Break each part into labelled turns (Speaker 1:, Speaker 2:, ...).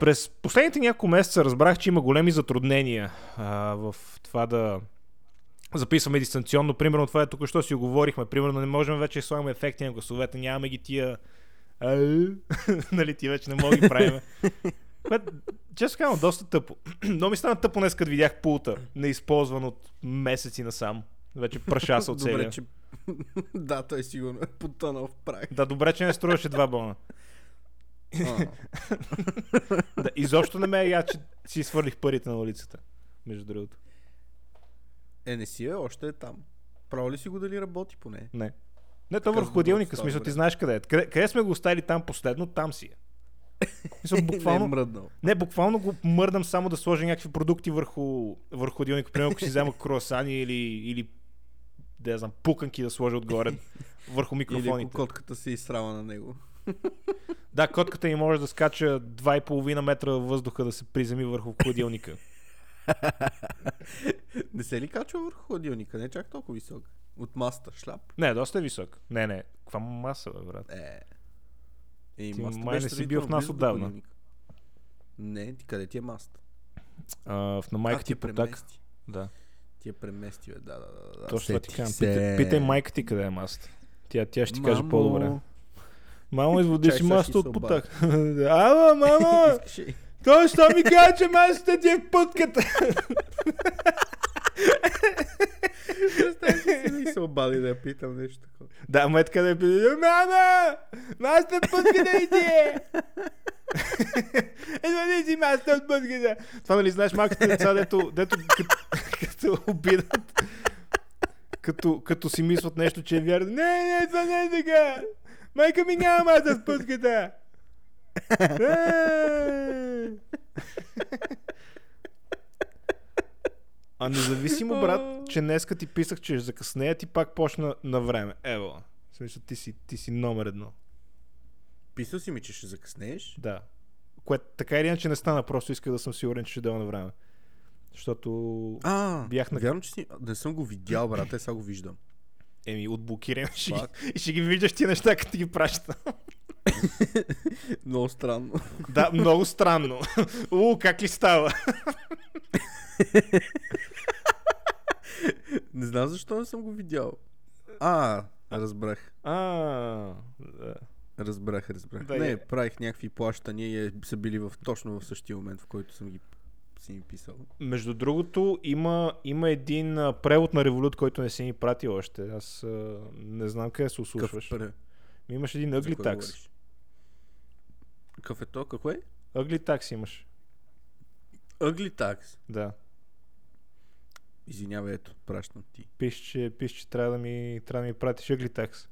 Speaker 1: През последните няколко месеца разбрах, че има големи затруднения а, в това да записваме дистанционно. Примерно това е тук, що си оговорихме. Примерно не можем вече слагаме ефекти на гласовете, нямаме ги тия... «Ау», нали ти вече не мога да ги правим. Което, често казвам, доста тъпо. Но ми стана тъпо днес, като видях пулта, неизползван от месеци насам. Вече праша се от
Speaker 2: Добре,
Speaker 1: целия.
Speaker 2: че... да, той сигурно е потънал в прах.
Speaker 1: Да, добре, че не струваше два бона.
Speaker 2: А,
Speaker 1: Да, изобщо не ме е я, че си свърлих парите на улицата. Между другото.
Speaker 2: Е, не си е, още е там. Право ли си го дали работи поне?
Speaker 1: Не. Не, то
Speaker 2: Късно
Speaker 1: върху хладилника,
Speaker 2: става
Speaker 1: смисъл, ти
Speaker 2: време.
Speaker 1: знаеш къде е. Къде, къде сме го оставили там последно, там си е. Мисъл,
Speaker 2: Не е
Speaker 1: буквално,
Speaker 2: мръднал.
Speaker 1: не, буквално го мърдам само да сложа някакви продукти върху, върху хладилника. Примерно, ако си взема круасани или, или да я знам, пуканки да сложа отгоре върху
Speaker 2: Или ако
Speaker 1: микрофоните.
Speaker 2: котката се изсрава на него.
Speaker 1: Да, котката им може да скача 2,5 метра във въздуха да се приземи върху хладилника.
Speaker 2: Не се ли качва върху хладилника? Не е чак толкова висок. От маста, шляп.
Speaker 1: Не, доста е висок. Не, не. Каква маса, бе, брат?
Speaker 2: Е. Е,
Speaker 1: Ти
Speaker 2: маста
Speaker 1: май
Speaker 2: беше
Speaker 1: не си бил
Speaker 2: сравнително
Speaker 1: в нас
Speaker 2: близо до
Speaker 1: отдавна.
Speaker 2: хладилника. Не, ти къде ти е маст?
Speaker 1: А, в на
Speaker 2: Майка
Speaker 1: майка
Speaker 2: а, ти
Speaker 1: ти е
Speaker 2: я
Speaker 1: потак.
Speaker 2: премести.
Speaker 1: Да.
Speaker 2: Ти я премести, бе. Да, да, да, да.
Speaker 1: Точно това ти
Speaker 2: Сетих
Speaker 1: казвам.
Speaker 2: се.
Speaker 1: Питай, питай майка ти къде е масата. Тя, тя ще ти каже
Speaker 2: Мамо,
Speaker 1: по-добре. Мамо, изводи
Speaker 2: Чай,
Speaker 1: си
Speaker 2: сега ще
Speaker 1: масата
Speaker 2: се
Speaker 1: от
Speaker 2: обадя.
Speaker 1: потак. Ама, мамо,
Speaker 2: искаш ли?
Speaker 1: той що ми каза, че масата ти е в пътката.
Speaker 2: Представи си си да и се обади да я питам нещо такова.
Speaker 1: да, ма е така да я пита. Мама, масата е в пътката и ти е. Изводи си масата от пътката. Това нали знаеш малките деца, дето, дето като, като обидат. Като, като си мислят нещо, че е вярно. Не, не, това не е така. Майка ми няма маса с пътката. Е! А независимо, брат, че днеска ти писах, че ще закъснея, ти пак почна на време. Ево. В смисъл, ти си, ти си номер едно.
Speaker 2: Писал си ми, че ще закъснееш.
Speaker 1: Да. Което така или иначе не стана, просто исках да съм сигурен, че ще дойда на време. Защото,
Speaker 2: А,
Speaker 1: Бях на-
Speaker 2: вярно, че си... не съм го видял, брат, е, сега го виждам.
Speaker 1: еми, отблокирам ще, ги-
Speaker 2: Пак.
Speaker 1: и ще ги виждаш ти неща, като ти ги праща.
Speaker 2: Много странно.
Speaker 1: да, много странно. У, как ли става?
Speaker 2: не знам защо не съм го видял. А, разбрах.
Speaker 1: А, да.
Speaker 2: Разбрах, разбрах.
Speaker 1: Да,
Speaker 2: Да, не,
Speaker 1: е.
Speaker 2: правих някакви плащания и е- са били в, точно в същия момент, в който съм ги си им писал.
Speaker 1: Между другото, има, има един а, превод на Револют, който не си ни пратил още. Аз а, не знам къде се
Speaker 2: Къв
Speaker 1: услушваш.
Speaker 2: пре?
Speaker 1: Имаш един
Speaker 2: За
Speaker 1: ъгли
Speaker 2: кой
Speaker 1: такс.
Speaker 2: говориш? Какъв е то? Какво е?
Speaker 1: Ъгли такс имаш.
Speaker 2: Ъгли такс.
Speaker 1: Да.
Speaker 2: Извинявай, ето, пращам ти.
Speaker 1: Пиш, че, пиш, че трябва да ми, трябва да ми пратиш ъгли такс.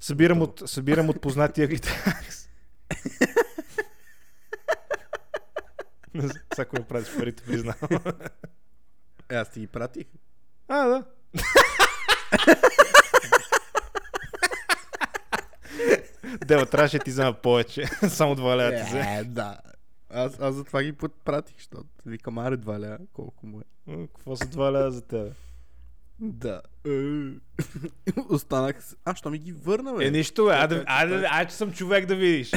Speaker 1: Събирам от, събирам от познати ъгли такс. Не знам, Сега ако ми пратиш парите, признавам.
Speaker 2: Е, аз ти ги пратих.
Speaker 1: А, да. Дева, трябваше да ти взема повече. Само два лева ти взема.
Speaker 2: Е, да. Аз, аз затова ги път- пратих, защото викам, аре два ля, колко му е.
Speaker 1: М, Какво са два лева за тебе?
Speaker 2: Да. Е. Останах с... А, що ми ги върна, бе?
Speaker 1: Е, нищо, бе. Айде, айде, айде, че съм човек да видиш.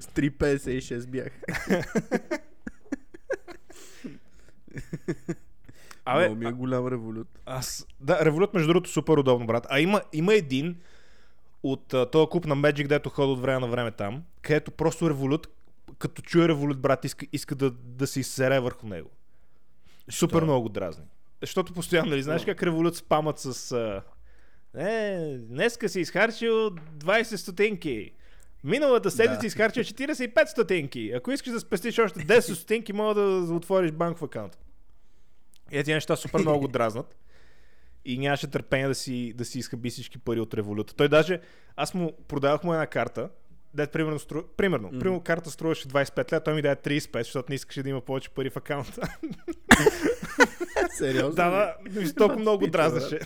Speaker 2: С 3,56 бях. Много
Speaker 1: Абе,
Speaker 2: ми е голям револют.
Speaker 1: аз... Да, Револют, между другото, супер удобно, брат. А има, има един от а, този клуб на Magic, дето ходи от време на време там, където просто Револют, като чуе Револют, брат, иска, иска да, да се изсере върху него. Супер
Speaker 2: Що?
Speaker 1: много го дразни. Защото постоянно, нали, знаеш как Револют спамат с... А... Е, днеска си изхарчил 20 стотинки. Миналата седмица
Speaker 2: Да.
Speaker 1: изхарчил 45 стотинки. Ако искаш да спестиш още 10 стотинки, мога да отвориш банков акаунт. И тези неща супер много го дразнат. И нямаше търпение да си, да си изхъби всички пари от революта. Той даже, аз му продавах му една карта, дед примерно, стру... примерно, mm-hmm. примерно карта струваше 25 лева, той ми даде 35, защото не искаше да има повече пари в акаунта.
Speaker 2: Сериозно?
Speaker 1: да, да, но и толкова много го
Speaker 2: Пита, брат.
Speaker 1: дразнеше.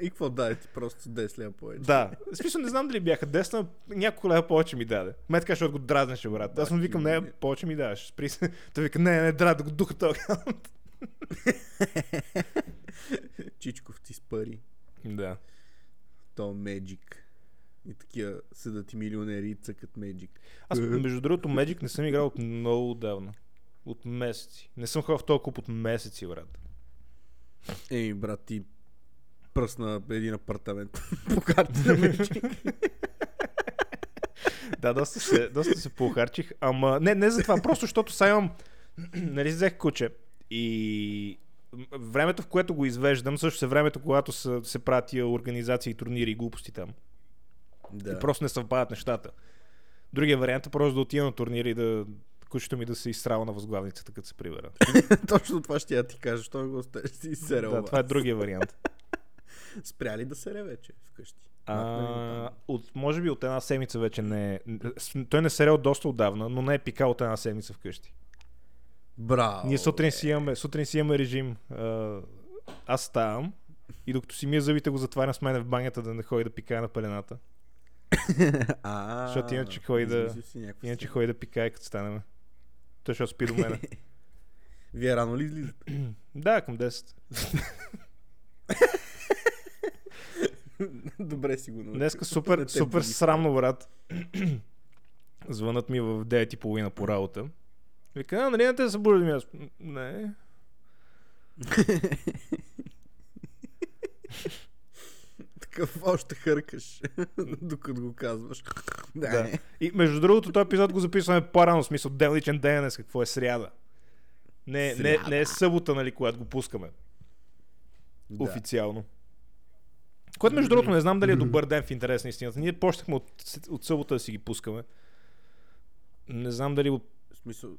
Speaker 2: И какво даде ти просто 10 лева повече?
Speaker 1: Да. В смисъл не знам дали бяха десна, няколко лева повече ми даде. Ме така, защото го дразнеше, брат. Аз му викам, не, повече ми даваш. Спри се. Той вика, не, не, дра, да го духа този акаунт.
Speaker 2: Чичков ти с пари.
Speaker 1: Да.
Speaker 2: То Magic. И такива седат и милионери и цъкат Magic.
Speaker 1: Аз, между другото, Magic не съм играл от много отдавна. От месеци. Не съм ходил в този клуб от месеци, брат.
Speaker 2: Ей, брат, ти пръсна един апартамент по карта на Magic.
Speaker 1: Да, доста се, доста се поухарчих. Ама, не, не за това, просто защото сега имам, нали, си взех куче. И м, времето, в което го извеждам, също е времето, когато се, се правят тия организации, турнири и глупости там.
Speaker 2: да.
Speaker 1: И просто не съвпадат нещата. Другия вариант е просто да отида на турнири и да кучето ми да се изстрава на възглавницата, като се прибера.
Speaker 2: Точно това ще я ти кажа, що не го оставиш си се
Speaker 1: да, това е другия вариант.
Speaker 2: Спряли да сере вече вкъщи.
Speaker 1: А, от, може би от една седмица вече не е. с- Той не се рел доста отдавна, но не е пикал от една седмица вкъщи.
Speaker 2: Браво!
Speaker 1: Ние сутрин си имаме, сутрин си имаме режим. А, аз ставам и докато си мия зъбите го затварям с мен в банята да не ходи да пикае на пелената.
Speaker 2: А,
Speaker 1: Защото иначе ходи да-
Speaker 2: измислил си някаква
Speaker 1: Иначе
Speaker 2: схема.
Speaker 1: ходи да пикае като станем. Той ще спи до мене.
Speaker 2: Вие рано ли излизате?
Speaker 1: да, към 10.
Speaker 2: Добре си го научил.
Speaker 1: Днеска супер,
Speaker 2: Не Ами, те
Speaker 1: супер
Speaker 2: буди.
Speaker 1: срамно, брат. Звънат ми в 9.30 по работа. Вика, а, нали не те събуждам? И Аз, «М, не.
Speaker 2: Такъв още хъркаш, докато го казваш. да.
Speaker 1: Да. И между другото, този епизод го записваме по-рано, в смисъл, ден личен ден е днес, какво е сряда. Не, не, не е събота, нали, когато го пускаме.
Speaker 2: Да.
Speaker 1: Официално. Което, между другото, не знам дали е добър ден в интерес на истината. Ние почнахме от, от събота да си ги пускаме. Не знам дали от
Speaker 2: В смисъл,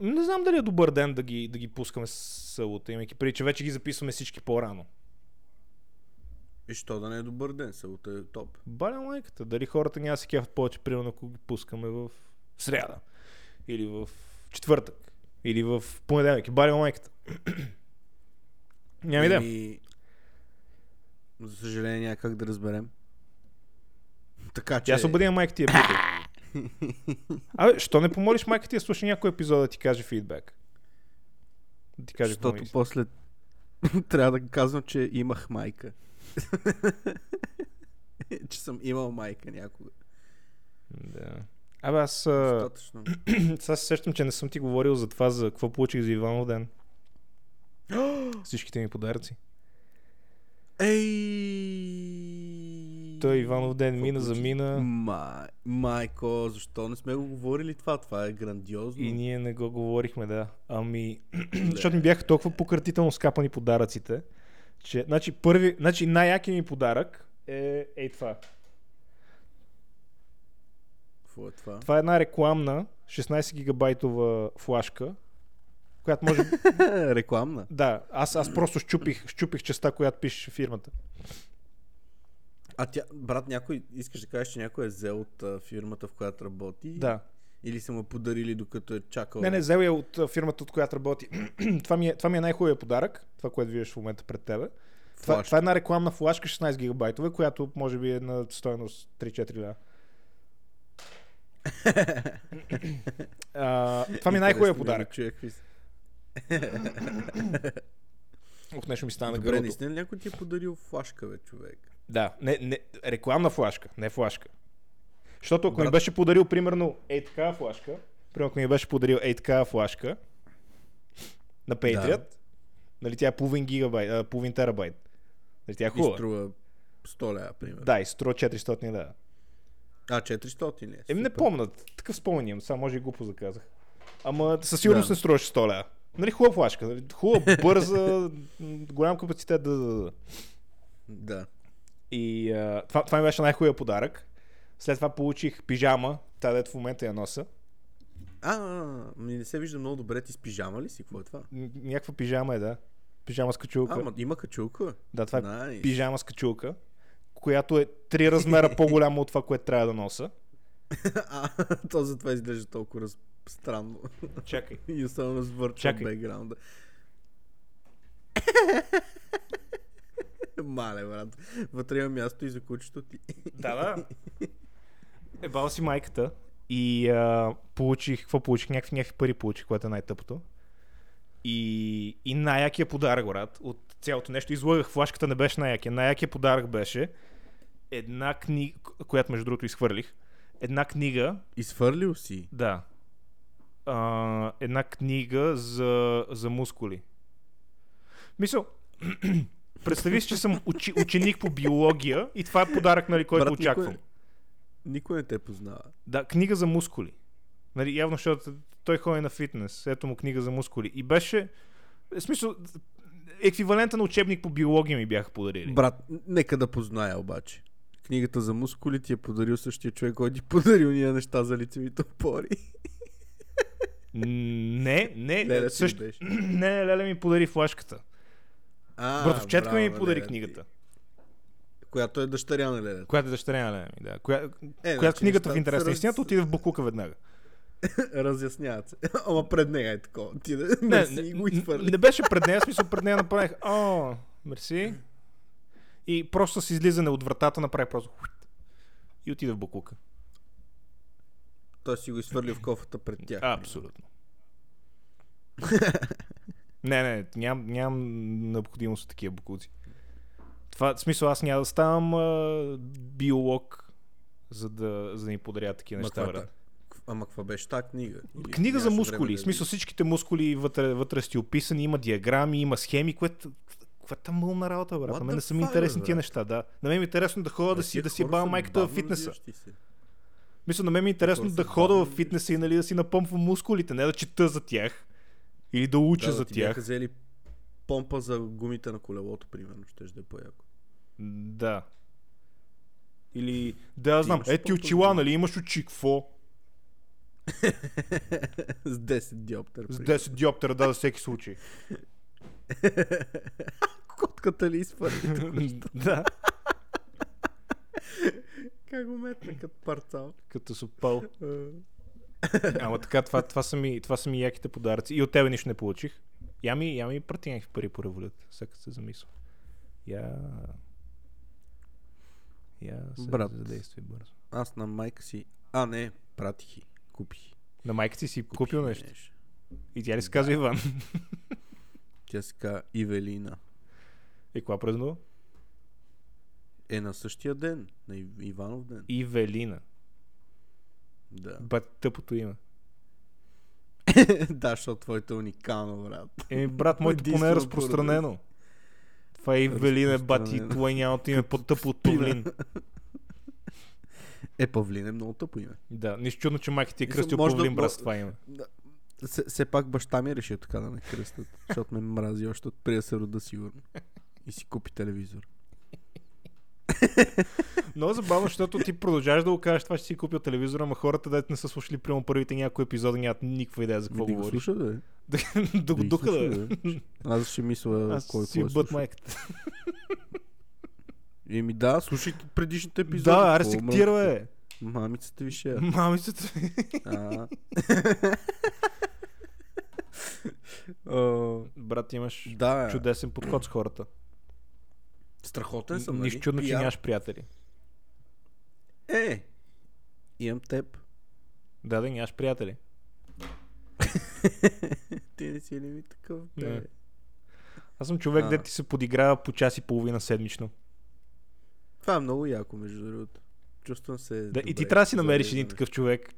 Speaker 1: Не знам дали е добър ден да ги, да ги пускаме с събота, имайки преди, че вече ги записваме всички по-рано.
Speaker 2: и що да не е добър ден, събота е топ.
Speaker 1: Баля майката, дали хората няма да се кефат повече, примерно ако ги пускаме в сряда, или в четвъртък, или в понеделник, баля майката. Няма идея.
Speaker 2: Еми, За съжаление няма как да разберем. Така че...
Speaker 1: Тя се обади на майка ти я питай. Абе, що не помолиш майка ти да слуша някой епизод да ти каже фидбек? Да ти каже какво
Speaker 2: Защото
Speaker 1: мисли.
Speaker 2: после трябва да казвам, че имах майка. че съм имал майка някога.
Speaker 1: Да. Абе, аз а,
Speaker 2: Достатъчно.
Speaker 1: сега се сещам, че не съм ти говорил за това, за какво получих за Иванов ден. Всичките ми подаръци.
Speaker 2: Ей!
Speaker 1: Той Иванов ден
Speaker 2: Какво
Speaker 1: мина,
Speaker 2: получи?
Speaker 1: замина
Speaker 2: Май, майко, защо не сме го говорили това? Това е грандиозно.
Speaker 1: и ние не го говорихме, да. Ами, защото ми бяха толкова пократително скапани подаръците, че, значи, първи, значи най-яки ми подарък е, ей това.
Speaker 2: Какво е това?
Speaker 1: Това е една рекламна 16 гигабайтова флашка, която може...
Speaker 2: Рекламна.
Speaker 1: да, аз, аз просто щупих, щупих частта, която пише фирмата.
Speaker 2: А тя, брат, някой, искаш да кажеш, че някой е взел от а, фирмата, в която работи?
Speaker 1: Да.
Speaker 2: Или са му подарили докато е чакал?
Speaker 1: Не, не, взел я от а, фирмата, от която работи. това, ми е, това ми е най-хубавия подарък, това, което виждаш в момента пред тебе. Това,
Speaker 2: Флашка.
Speaker 1: това е една рекламна флашка 16 гигабайтова, която може би е на стоеност 3-4 лева. а, това ми е най-хубавия
Speaker 2: Интересно ми е да
Speaker 1: подарък.
Speaker 2: чуя какви са.
Speaker 1: Ох, нещо ми стана
Speaker 2: Добре,
Speaker 1: гърлото.
Speaker 2: наистина ли някой ти е подарил флашка, бе, човек?
Speaker 1: Да, не, не, рекламна флашка, не флашка. Защото ако ми
Speaker 2: Брат.
Speaker 1: беше подарил, примерно, ей така флашка, примерно ако ми беше подарил ей така флашка на Patriot, нали тя е половин гигабайт, а, половин терабайт. Нали тя е
Speaker 2: И
Speaker 1: хубава.
Speaker 2: струва 100 лева, примерно.
Speaker 1: Да, и струва 400 лева.
Speaker 2: А, 400 ли е?
Speaker 1: Еми не
Speaker 2: Супер.
Speaker 1: помнат, такъв спомен имам, сега може и глупо заказах. Ама със сигурност
Speaker 2: Да.
Speaker 1: не струваше 100 лева. Нали хубава флашка, нали, хубава, бърза, м, голям капацитет, да, да, да.
Speaker 2: Да.
Speaker 1: И а, това, това ми беше най-хубавия подарък. След това получих пижама, тази дето в момента я носа.
Speaker 2: А, а, ми не се вижда много добре. Ти с пижама ли си? Какво е това?
Speaker 1: М, Някаква пижама е, да. Пижама с качулка.
Speaker 2: А, ма, има качулка.
Speaker 1: Да, това е
Speaker 2: Найс.
Speaker 1: пижама с качулка, която е три размера по-голяма от това, което трябва да носа.
Speaker 2: А, то затова изглежда толкова раз... странно.
Speaker 1: Чакай.
Speaker 2: И особено с върча
Speaker 1: Чакай.
Speaker 2: бекграунда. Мале, брат. Вътре има място и за кучето ти.
Speaker 1: Да, да. Ебал си майката и а, получих, какво получих? Някакви, някакви пари получих, което е най-тъпото. И, и най-якия подарък, брат, от цялото нещо. Излагах, флашката не беше най-якия. Най-якия подарък беше една книга, която между другото изхвърлих, една книга,
Speaker 2: Изфърлил си.
Speaker 1: да, а, една книга за, за мускули. Мисъл, представи си, че съм учи, ученик по биология и това е подарък, нали, който
Speaker 2: Брат, никой-
Speaker 1: очаквам.
Speaker 2: Никой не те познава.
Speaker 1: Да, книга за мускули. Нали, явно, защото той ходи на фитнес. Ето му книга за мускули. И беше, в смисъл, еквивалента на учебник по биология ми бяха подарили.
Speaker 2: Брат, н- нека да позная обаче. Книгата за мускули ти е подарил същия човек, който ти е подарил ния неща за лицевите опори.
Speaker 1: М, Не, не,
Speaker 2: Леле,
Speaker 1: не,
Speaker 2: ти
Speaker 1: също...
Speaker 2: ми беше.
Speaker 1: не, не, Леля ми подари флашката.
Speaker 2: А,
Speaker 1: Братовчетка ми
Speaker 2: браво,
Speaker 1: подари
Speaker 2: Леля ти.
Speaker 1: книгата,
Speaker 2: Която е дъщеря на Леля.
Speaker 1: която е дъщеря на Леля ми, да. Коя...
Speaker 2: Е,
Speaker 1: която книгата в
Speaker 2: нещата
Speaker 1: интерес
Speaker 2: се
Speaker 1: на истината
Speaker 2: раз-
Speaker 1: отиде в Буклука веднага.
Speaker 2: Разясняват се. Ама пред нея е такова. Ти да не,
Speaker 1: Не,
Speaker 2: си
Speaker 1: не,
Speaker 2: го
Speaker 1: не,
Speaker 2: изфърли.
Speaker 1: не беше пред нея, в смисъл пред нея направих О, мерси. И просто с излизане от вратата направих просто хуит. и отиде в Буклука.
Speaker 2: Той си го изфърли в кофата пред тях.
Speaker 1: Абсолютно. не, не, ням, нямам необходимост от такива букуци. Това, в смисъл, аз няма да ставам а, биолог, за да, за да ни подарят такива
Speaker 2: Ама
Speaker 1: неща,
Speaker 2: каква,
Speaker 1: брат.
Speaker 2: та- ама каква беше та книга? Или
Speaker 1: Книга за
Speaker 2: нямаше време нали?
Speaker 1: мускули.
Speaker 2: да
Speaker 1: В смисъл,
Speaker 2: видиш?
Speaker 1: всичките мускули вътре, вътре сте описани, има диаграми, има схеми, което... Каква там мълна работа, брат?
Speaker 2: What
Speaker 1: На мен
Speaker 2: the
Speaker 1: не са ми
Speaker 2: fuck,
Speaker 1: интересни
Speaker 2: бе,
Speaker 1: тия
Speaker 2: брат?
Speaker 1: неща, да. На мен ми е интересно да хода да си,
Speaker 2: Тия
Speaker 1: да си
Speaker 2: хора
Speaker 1: бава
Speaker 2: са
Speaker 1: майката в
Speaker 2: бавно
Speaker 1: фитнеса.
Speaker 2: развиващи се.
Speaker 1: Мисля, на мен ми е интересно
Speaker 2: Хора
Speaker 1: да
Speaker 2: са
Speaker 1: хода в
Speaker 2: бавни.
Speaker 1: фитнеса и нали, да си напъмпвам мускулите, не да чета за тях. Или да уча
Speaker 2: Да,
Speaker 1: за
Speaker 2: да ти бяха
Speaker 1: тях.
Speaker 2: взели помпа за гумите на колелото, примерно, ще да е по-яко.
Speaker 1: Да. Или да, аз
Speaker 2: Ти
Speaker 1: знам,
Speaker 2: имаш
Speaker 1: е ти
Speaker 2: по-трудно.
Speaker 1: очила, нали, имаш очи, какво?
Speaker 2: С 10 диоптер.
Speaker 1: С
Speaker 2: примерно.
Speaker 1: 10 диоптера, да, за всеки случай.
Speaker 2: Котката ли изпъди?
Speaker 1: да,
Speaker 2: как го метна като парцал?
Speaker 1: като супал.
Speaker 2: Е,
Speaker 1: Ама така, това, това, са ми, това са ми яките подаръци. И от тебе нищо не получих. Я ми, я ми прати някакви пари по револют, всяка се замисля. Я... Я се
Speaker 2: Брат.
Speaker 1: задействай бързо.
Speaker 2: Аз на майка си... А, не, пратих и. Купих. Е,
Speaker 1: На майка ти си купил
Speaker 2: Купих
Speaker 1: нещо. И тя ли си казва Иван?
Speaker 2: Тя се казва Ивелина.
Speaker 1: И кога празнува?
Speaker 2: Е на същия ден, на Ив- Иванов ден.
Speaker 1: Ивелина.
Speaker 2: Да.
Speaker 1: Бат тъпото име.
Speaker 2: да, защото твоето е уникално, брат.
Speaker 1: Еми, брат, моето поне е
Speaker 2: Единствено
Speaker 1: разпространено. Това е Ивелина, бати,
Speaker 2: Разпространено.
Speaker 1: това нямато име по-тъпо от Павлин.
Speaker 2: Е, Павлин е много тъпо име.
Speaker 1: Да, нищо чудно, че майка ти е
Speaker 2: Мисля,
Speaker 1: кръстил
Speaker 2: може да-
Speaker 1: Павлин, брат,
Speaker 2: може-
Speaker 1: с това име.
Speaker 2: Да. Се- Все пак баща ми реши така да ме кръстат, защото ме мрази още от преди да се рода сигурно. И си купи телевизор.
Speaker 1: Много забавно, защото ти продължаваш да го кажеш, това ще си купил телевизора, ама хората, дете не са слушали прямо първите някои епизоди, нямат никаква идея за какво
Speaker 2: да го
Speaker 1: говориш.
Speaker 2: слуша, да е.
Speaker 1: Да, да го
Speaker 2: ги
Speaker 1: духа
Speaker 2: слуша,
Speaker 1: да е.
Speaker 2: е. Аз ще мисля
Speaker 1: Аз
Speaker 2: кой
Speaker 1: си
Speaker 2: кой е
Speaker 1: бът
Speaker 2: слушал.
Speaker 1: майката.
Speaker 2: И ми да, слушайте предишните епизоди.
Speaker 1: Да,
Speaker 2: какво
Speaker 1: арсектира,
Speaker 2: мрънкате?
Speaker 1: бе.
Speaker 2: Мамицата ви ще я.
Speaker 1: Мамицата ми.
Speaker 2: А.
Speaker 1: Брат, имаш
Speaker 2: Да, е.
Speaker 1: чудесен подход с хората.
Speaker 2: страхотен съм. нали?
Speaker 1: Нищо чудно, че
Speaker 2: Пиян.
Speaker 1: нямаш приятели.
Speaker 2: Е, имам теб.
Speaker 1: Да, да, нямаш приятели.
Speaker 2: Ти не си ли ми такъв,
Speaker 1: Не.
Speaker 2: бе?
Speaker 1: Аз съм човек,
Speaker 2: А.
Speaker 1: де ти се подиграва по час и половина седмично.
Speaker 2: Това е много яко, между другото. Чувствам се
Speaker 1: Да,
Speaker 2: добре.
Speaker 1: и ти трябва да си намериш
Speaker 2: Зареждам.
Speaker 1: един такъв човек.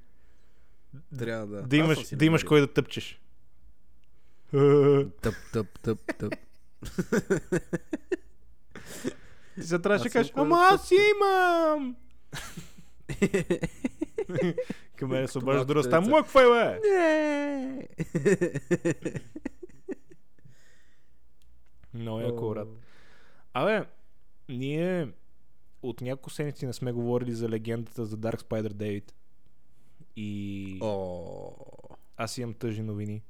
Speaker 2: Трябва да.
Speaker 1: Да имаш, да имаш кой да тъпчеш.
Speaker 2: Тъп, тъп, тъп, тъп.
Speaker 1: Ти се трябваше
Speaker 2: Аз
Speaker 1: да кажеш,
Speaker 2: имам кой да
Speaker 1: ама аз имам! Към мен се
Speaker 2: Като
Speaker 1: обажда
Speaker 2: малките
Speaker 1: друга стая.
Speaker 2: деца.
Speaker 1: Моя какво е, бе?
Speaker 2: Не!
Speaker 1: Много яко, брат. Абе, ние от няколко седмици не сме говорили за легендата за Dark Spider David. И
Speaker 2: О,
Speaker 1: аз имам тъжни новини.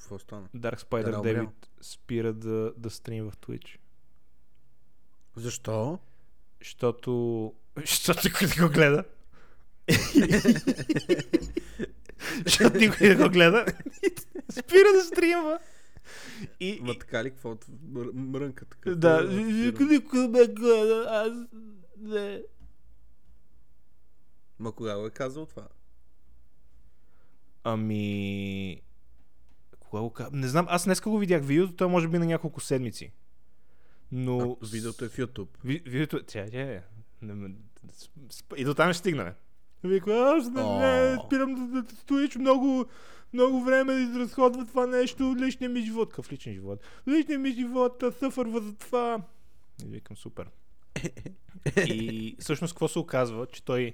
Speaker 2: какво стана?
Speaker 1: Dark Spider
Speaker 2: Да, умрял.
Speaker 1: David спира да, да стрим в Twitch.
Speaker 2: Защо?
Speaker 1: Защото... Защото никой не го гледа. Защото никой не го гледа. Спира да стримва. И,
Speaker 2: Ма така ли, какво? Мр- Мрънка така. е,
Speaker 1: да, никой никой не гледа. Аз не.
Speaker 2: Ма кога го е казал това?
Speaker 1: Ами... Кога го ка- Не знам, аз днеска го видях видеото, той може би на няколко седмици. Но...
Speaker 2: А, видеото е в YouTube.
Speaker 1: Ви- Видеото... Тя, тя е... Не ме- сп- И до там ще стигнем. Вика, аз не, не,
Speaker 2: О.
Speaker 1: спирам да, да стоиш много, много време да изразходва това нещо, личния ми живот. Какъв личен живот? Личният ми живот а, съфърва за това. И викам, супер. И всъщност какво се оказва, че той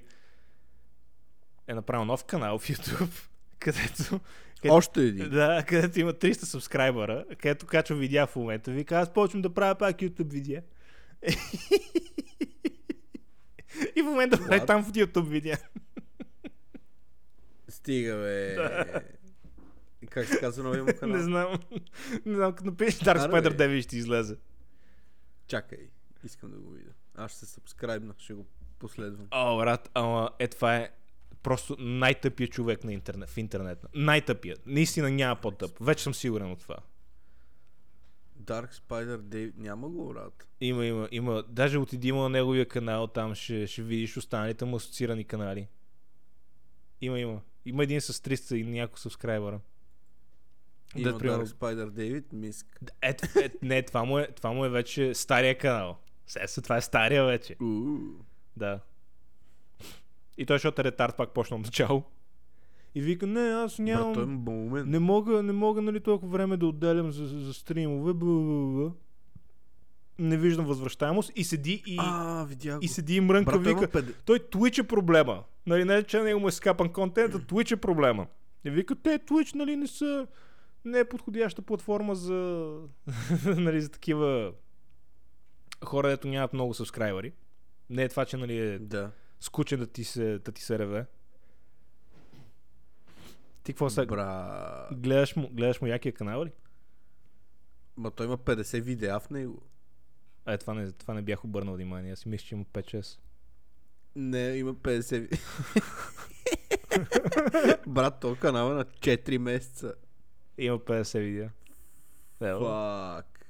Speaker 1: е направил нов канал в YouTube, където Къде-
Speaker 2: Още един.
Speaker 1: да, където има 300 субскрайбъра, където качва видеа в момента. Вика, аз почвам да правя пак YouTube видеа. И в момента прави
Speaker 2: What?
Speaker 1: там в YouTube видеа.
Speaker 2: Стига, бе. Как се казва новия му
Speaker 1: Не
Speaker 2: канал?
Speaker 1: знам. Не знам, като напишеш Dark
Speaker 2: Аре,
Speaker 1: Spider
Speaker 2: бе.
Speaker 1: 9 ще излезе.
Speaker 2: Чакай. Искам да го видя. Аз ще се сабскрайбна, ще го последвам.
Speaker 1: О, брат, ама е това е просто най-тъпия човек на интернет, в интернет. Най-тъпия. Наистина няма по-тъп. Вече съм сигурен от това.
Speaker 2: Dark Spider Dave няма го, брат.
Speaker 1: Има, има, има. Даже отиди има на неговия канал, там ще, ще видиш останалите му асоциирани канали. Има, има. Има един с 300 и няколко субскрайбъра.
Speaker 2: Има
Speaker 1: Да,
Speaker 2: Dark
Speaker 1: примерно-
Speaker 2: Spider David Миск.
Speaker 1: Да, Е, т- е, не, това му е, това му е вече стария канал. Се, се, това е стария вече.
Speaker 2: Уу.
Speaker 1: Да. И той, защото е ретард, пак почна от начало. И вика, не, аз
Speaker 2: Брат,
Speaker 1: нямам...
Speaker 2: той е момент.
Speaker 1: Не мога, не мога, нали, толкова време да отделям за, за, за стримове. Бу, бу, бу. Не виждам възвръщаемост. И седи и...
Speaker 2: А, видях го.
Speaker 1: и седи и мрънка,
Speaker 2: Брат, той има
Speaker 1: вика,
Speaker 2: пед-
Speaker 1: той Twitch е проблема. Нали, не че на него му е скапан контент, а Twitch е проблема. И вика, те Twitch, нали, не са не е подходяща платформа за, нали, за такива хора, дето нямат много субскрайбъри. Не е това, че нали, е
Speaker 2: Да.
Speaker 1: скучен да ти се, да ти се реве. Ти какво сега?
Speaker 2: Бра.
Speaker 1: Гледаш му, гледаш му якия канал ли?
Speaker 2: Ма той има 50 видеа в него.
Speaker 1: А, е, това не, това не бях обърнал внимание. Аз си мисля, че има 5-6.
Speaker 2: Не, има 50 ви- Брат, то канал е на 4 месеца.
Speaker 1: Има 50 видеа. Ело.
Speaker 2: Фак.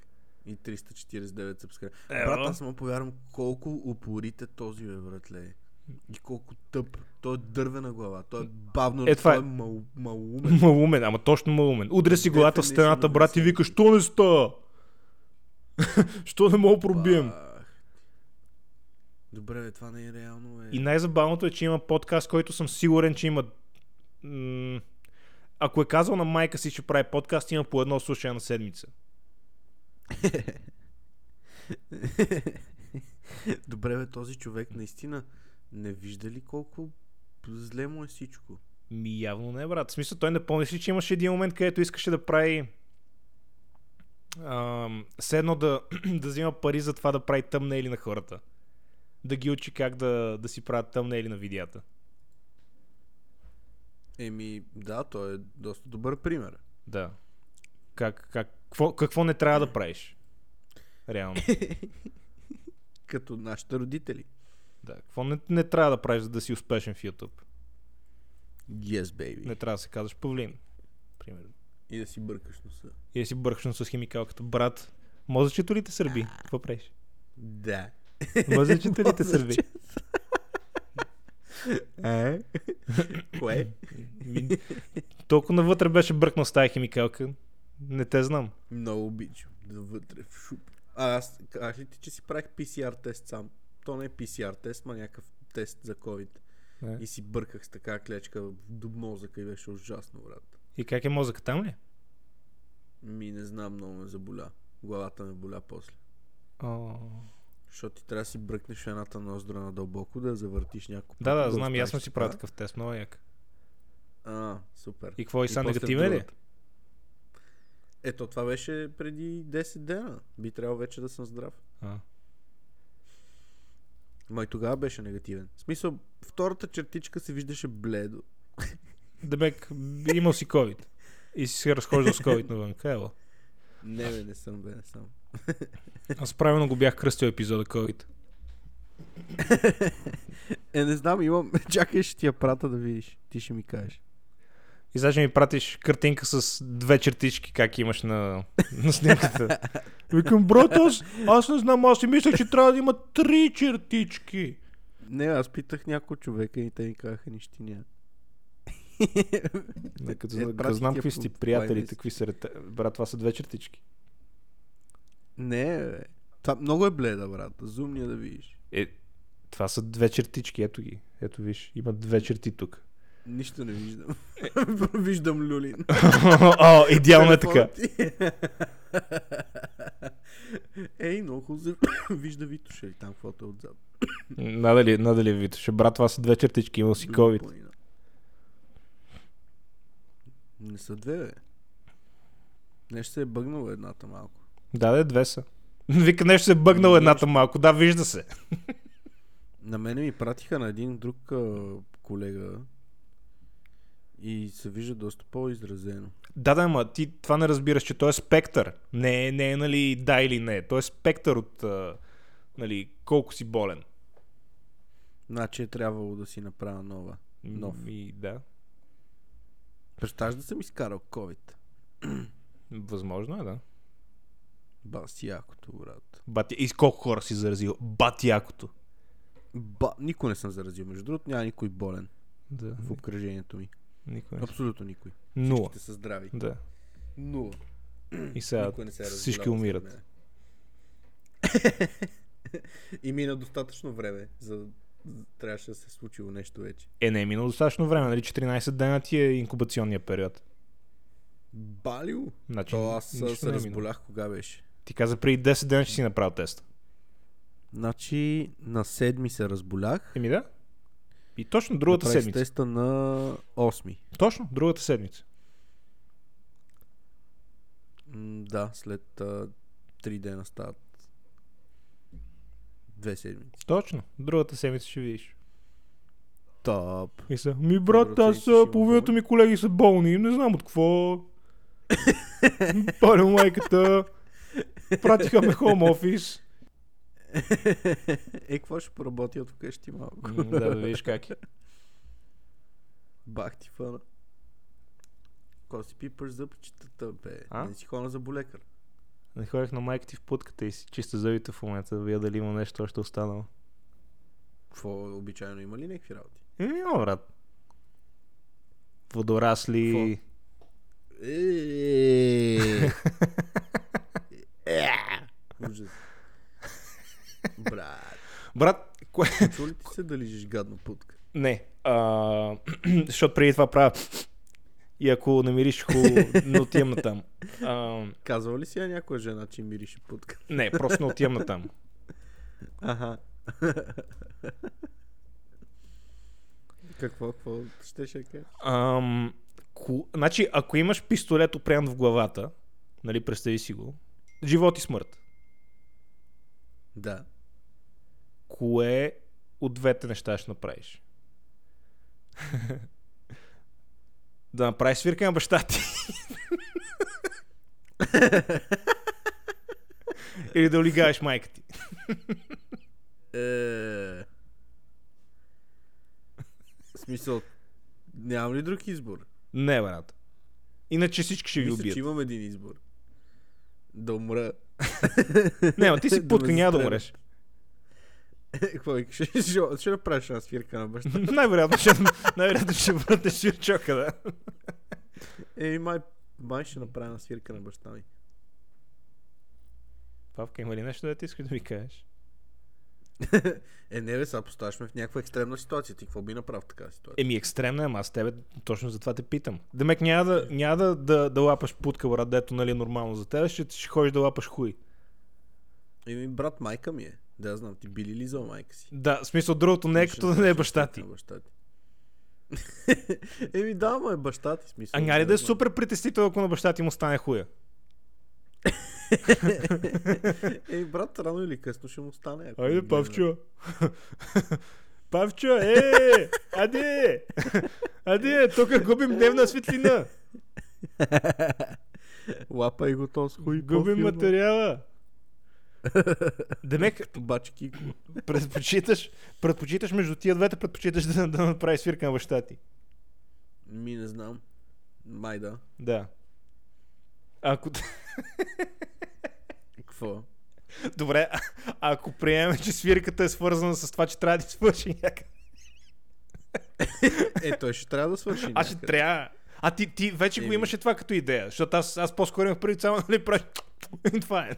Speaker 2: И 349 сабскрайбера.
Speaker 1: Ево.
Speaker 2: Брат, аз му повярвам колко упорит е този бе, братле. И колко тъп. Той е дървена глава. Той е бавно.
Speaker 1: Е, това
Speaker 2: той
Speaker 1: е.
Speaker 2: мал, малумен.
Speaker 1: Малумен, ама точно малумен. Удря си главата в
Speaker 2: Definition
Speaker 1: стената,
Speaker 2: of
Speaker 1: брат, и вика, що не ста? що не мога пробием?
Speaker 2: Фак. Добре, бе, това не е реално, бе.
Speaker 1: И най-забавното е, че има подкаст, който съм сигурен, че има... м, Ако е казал на майка си, че прави подкаст, има по едно слушане на седмица.
Speaker 2: Добре, бе, този човек наистина не вижда ли колко зле му е всичко?
Speaker 1: Ми явно не, брат. В смисъл, той не помниш ли, че имаше един момент, където искаше да прави ам, все едно да, да взима пари за това да прави тъмнели на хората. Да ги учи как да, да си правят тъмнели на видеята.
Speaker 2: Еми, да, той е доста добър пример.
Speaker 1: Да. Как, как, какво, какво не трябва да правиш? Реално.
Speaker 2: Като нашите родители.
Speaker 1: Да. Какво не, не трябва да правиш, за да си успешен в YouTube?
Speaker 2: Yes, baby.
Speaker 1: Не трябва да се казваш павлин. Примерно.
Speaker 2: И да си бъркаш носа.
Speaker 1: И да си бъркшен с химикалката. Брат, мозъчето ли те сърби? Какво правиш?
Speaker 2: Да.
Speaker 1: Мозъчето ли те сърби?
Speaker 2: Е? Кое?
Speaker 1: Ми, Толкова навътре беше бръкнал с тази химикалка. Не те знам.
Speaker 2: Много обичам. Да вътре в шуп. А, аз казах ли ти, че си правих PCR тест сам? То не е PCR тест, ма някакъв тест за COVID.
Speaker 1: Е.
Speaker 2: И си бърках с така клечка в- до мозъка и беше ужасно, брат.
Speaker 1: И как е мозъка там ли?
Speaker 2: Ми не знам, много ме заболя. Главата ме боля после.
Speaker 1: О,
Speaker 2: Защото ти трябва да си бръкнеш едната ноздра надълбоко, да я завъртиш няколко
Speaker 1: да,
Speaker 2: пъти,
Speaker 1: да, знам, и аз
Speaker 2: оставиш
Speaker 1: съм си правил
Speaker 2: така.
Speaker 1: такъв тест. Много як.
Speaker 2: А, супер.
Speaker 1: И какво, и са
Speaker 2: после в
Speaker 1: негативен ли?
Speaker 2: другата. Ето, това беше преди 10 дена. Би трябвало вече да съм здрав.
Speaker 1: А.
Speaker 2: Ма и тогава беше негативен. В смисъл, втората чертичка се виждаше бледо.
Speaker 1: Дебек, имал си COVID. И си се разхождал с COVID навън. Ело.
Speaker 2: Не, бе, не съм, бе, не съм.
Speaker 1: Аз правилно го бях кръстил епизода COVID.
Speaker 2: Е, не знам, имам... Чакай, ще ти я прата да видиш. Ти ще ми кажеш.
Speaker 1: И сега ще ми пратиш картинка с две чертички, как имаш на, на снимката. Викам, брат, аз, аз не знам, аз си мисля, че трябва да има три чертички.
Speaker 2: Не, аз питах някой човека и те ми казаха нищиня.
Speaker 1: Като,
Speaker 2: Е,
Speaker 1: като
Speaker 2: прати
Speaker 1: знам
Speaker 2: тия
Speaker 1: какви сте
Speaker 2: по-
Speaker 1: приятели,
Speaker 2: байнес.
Speaker 1: какви са рете... Брат, това са две чертички.
Speaker 2: Не, бе. Това много е бледа, брат. Зумния да видиш.
Speaker 1: Е, това са две чертички, ето ги. Ето виж, има две черти тук.
Speaker 2: Нищо не виждам. виждам люлин.
Speaker 1: О, идеално е така.
Speaker 2: Ей, много хубаво. Вижда Витоша или там каквото е отзад.
Speaker 1: Надали, надали Витоше. Брат, това са две чертички, имал си COVID.
Speaker 2: Планина. Не са две, бе. Нещо се е бъгнало едната малко.
Speaker 1: Да, да, две са. Вика, нещо се е бъгнал едната малко. Да, вижда се.
Speaker 2: На мене ми пратиха на един друг а, колега и се вижда доста по-изразено.
Speaker 1: Да, да, ма ти това не разбираш, че той е спектър. Не е, не е, нали, да или не. Той е спектър от, а, нали, колко си болен.
Speaker 2: Значи е трябвало да си направя нова. Нов.
Speaker 1: И да,
Speaker 2: Представяш да съм изкарал COVID.
Speaker 1: възможно е, да.
Speaker 2: Бас якото, брат.
Speaker 1: Бати, и с колко хора си заразил? Бати якото.
Speaker 2: Ба, никой не съм заразил. Между другото няма никой болен
Speaker 1: Да,
Speaker 2: в обкръжението ми.
Speaker 1: никой не.
Speaker 2: Абсолютно никой.
Speaker 1: Нула.
Speaker 2: Те са здрави.
Speaker 1: Да.
Speaker 2: Нула.
Speaker 1: И сега
Speaker 2: Никой не се е
Speaker 1: всички
Speaker 2: разболял,
Speaker 1: умират.
Speaker 2: според мен. и мина достатъчно време, за да трябваше да се е случило нещо вече.
Speaker 1: Е, не е минало достатъчно време, нали? 14 дена ти е инкубационния период.
Speaker 2: Балио?
Speaker 1: Значи,
Speaker 2: То аз а,
Speaker 1: нищо
Speaker 2: се
Speaker 1: не е минало.
Speaker 2: разболях кога беше.
Speaker 1: Ти каза преди 10 дена, че си направил тест.
Speaker 2: Значи на седми се разболях.
Speaker 1: Еми Ами да. И точно другата
Speaker 2: Направих
Speaker 1: седмица.
Speaker 2: теста на 8.
Speaker 1: Точно, другата седмица.
Speaker 2: М, да, след а, 3 дена стават две седмици.
Speaker 1: Точно, другата седмица ще видиш.
Speaker 2: Топ.
Speaker 1: И са, ми брат,
Speaker 2: Другата
Speaker 1: аз
Speaker 2: седмица ще
Speaker 1: а,
Speaker 2: има
Speaker 1: половината ми колеги са болни, не знам от какво. Паля майката. Пратиха ме хоум офис.
Speaker 2: е, какво ще поработя от вкъщи малко?
Speaker 1: да, да видиш как е.
Speaker 2: Бах ти фана. Кой си пипаш зъбчетата, бе?
Speaker 1: А?
Speaker 2: Не си хора за болекар.
Speaker 1: Не ходих на майка ти в путката и си чиста зъбите в момента, да видя дали има нещо още останало.
Speaker 2: Какво обичайно има ли някакви работи?
Speaker 1: Еми, има, брат. Водорасли.
Speaker 2: Е. Ужас. Брат,
Speaker 1: Брат, кое...
Speaker 2: чу ли ти се да лижиш гадно путка?
Speaker 1: Не. А... защото преди това правя... И ако намериш хубаво, не отивам натам. А...
Speaker 2: Казвала ли си я някоя жена, че мирише путка?
Speaker 1: Не, просто не отивам натам.
Speaker 2: Аха. какво, какво ще ще кажеш?
Speaker 1: Ам, ку... Значи, ако имаш пистолет опрян в главата, нали, представи си го, живот и смърт.
Speaker 2: Да.
Speaker 1: Кое от двете неща ще направиш? да направиш свирка на баща ти. Или да олигаеш майка ти.
Speaker 2: Е... В смисъл, нямам ли друг избор?
Speaker 1: Не, брат. Иначе всички ще ви
Speaker 2: Мисля, че
Speaker 1: убият.
Speaker 2: имам един избор. Да умра.
Speaker 1: Не, ма ти
Speaker 2: Да
Speaker 1: си
Speaker 2: ме
Speaker 1: путка, няма да
Speaker 2: застрелят.
Speaker 1: умреш.
Speaker 2: Какво викаш? Ще, ще, ще направиш една свирка на баща.
Speaker 1: Най-вероятно ще, най-вероятно ще върнеш ширчока, да.
Speaker 2: Еми, Е, май, май ще направя една свирка на баща ми.
Speaker 1: Павка, има ли нещо да ти искаш да ми кажеш?
Speaker 2: Е, не бе, сега поставяш ме в някаква екстремна ситуация. Ти какво би направил в такава ситуация?
Speaker 1: Еми, екстремна е, ама аз тебе точно за това те питам. Демек, няма да, няма да, да, да лапаш путка, брат, дето, нали, е нормално за тебе, ще, ще ходиш да лапаш хуй. Е,
Speaker 2: Еми, брат, майка ми е. Да, я знам, ти би ли лизал майка си?
Speaker 1: Да, в смисъл, другото не е
Speaker 2: Ще
Speaker 1: като да не е
Speaker 2: направиш
Speaker 1: баща
Speaker 2: свирка
Speaker 1: ти.
Speaker 2: на баща ти. Еми, да, ма е баща ти в смисъл.
Speaker 1: А няма ли да е
Speaker 2: я знам.
Speaker 1: супер притеснително, ако на баща ти му стане хуя?
Speaker 2: Ей, брат, рано или късно ще му стане. ако не
Speaker 1: Айде,
Speaker 2: е
Speaker 1: Павчо. Павчо, е! Аде! Аде, тук губим дневна светлина.
Speaker 2: на- Лапа и готов с хуй.
Speaker 1: Губим
Speaker 2: по-филма.
Speaker 1: материала. Демек,
Speaker 2: Бачки.
Speaker 1: предпочиташ, предпочиташ между тия двете, предпочиташ да, да направиш свирка на баща ти.
Speaker 2: Ми не знам. Май да.
Speaker 1: Да. Ако...
Speaker 2: Какво?
Speaker 1: Добре, а, ако приемем, че свирката е свързана с това, че трябва да ти свърши някъде.
Speaker 2: Е, той ще трябва да свърши.
Speaker 1: Аз ще
Speaker 2: някъде.
Speaker 1: трябва. А ти, ти вече го
Speaker 2: Еми.
Speaker 1: имаше това като идея, защото аз, аз по-скоро имах преди само, нали, правиш... и това е.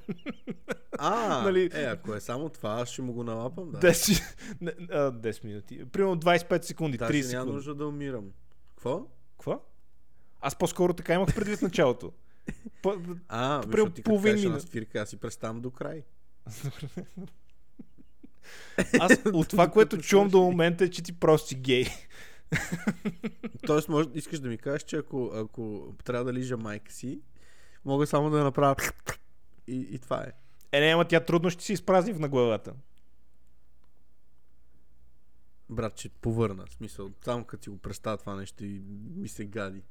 Speaker 2: А,
Speaker 1: Нали?
Speaker 2: е, ако е само това, аз ще му го налапам, да.
Speaker 1: 10, не, а, 10 минути. Примерно 25 секунди, 30
Speaker 2: Даже Значи няма
Speaker 1: секунди.
Speaker 2: нужда да умирам. Какво?
Speaker 1: Какво? Аз по-скоро така имах предвид началото. По-
Speaker 2: А,
Speaker 1: Примерно
Speaker 2: защото ти като
Speaker 1: половин
Speaker 2: кажеш една
Speaker 1: минут.
Speaker 2: спирка, аз си представям до край.
Speaker 1: Аз от това, което чувам до момента е, че ти просто си гей.
Speaker 2: Тоест, може, искаш да ми кажеш, че ако, ако трябва да лижа майка си, мога само да направя и, и това е.
Speaker 1: Е, не, ама тя трудно ще си изпразни на главата.
Speaker 2: Брат, че повърна. В смисъл, само като си го представя това нещо и ми се гади.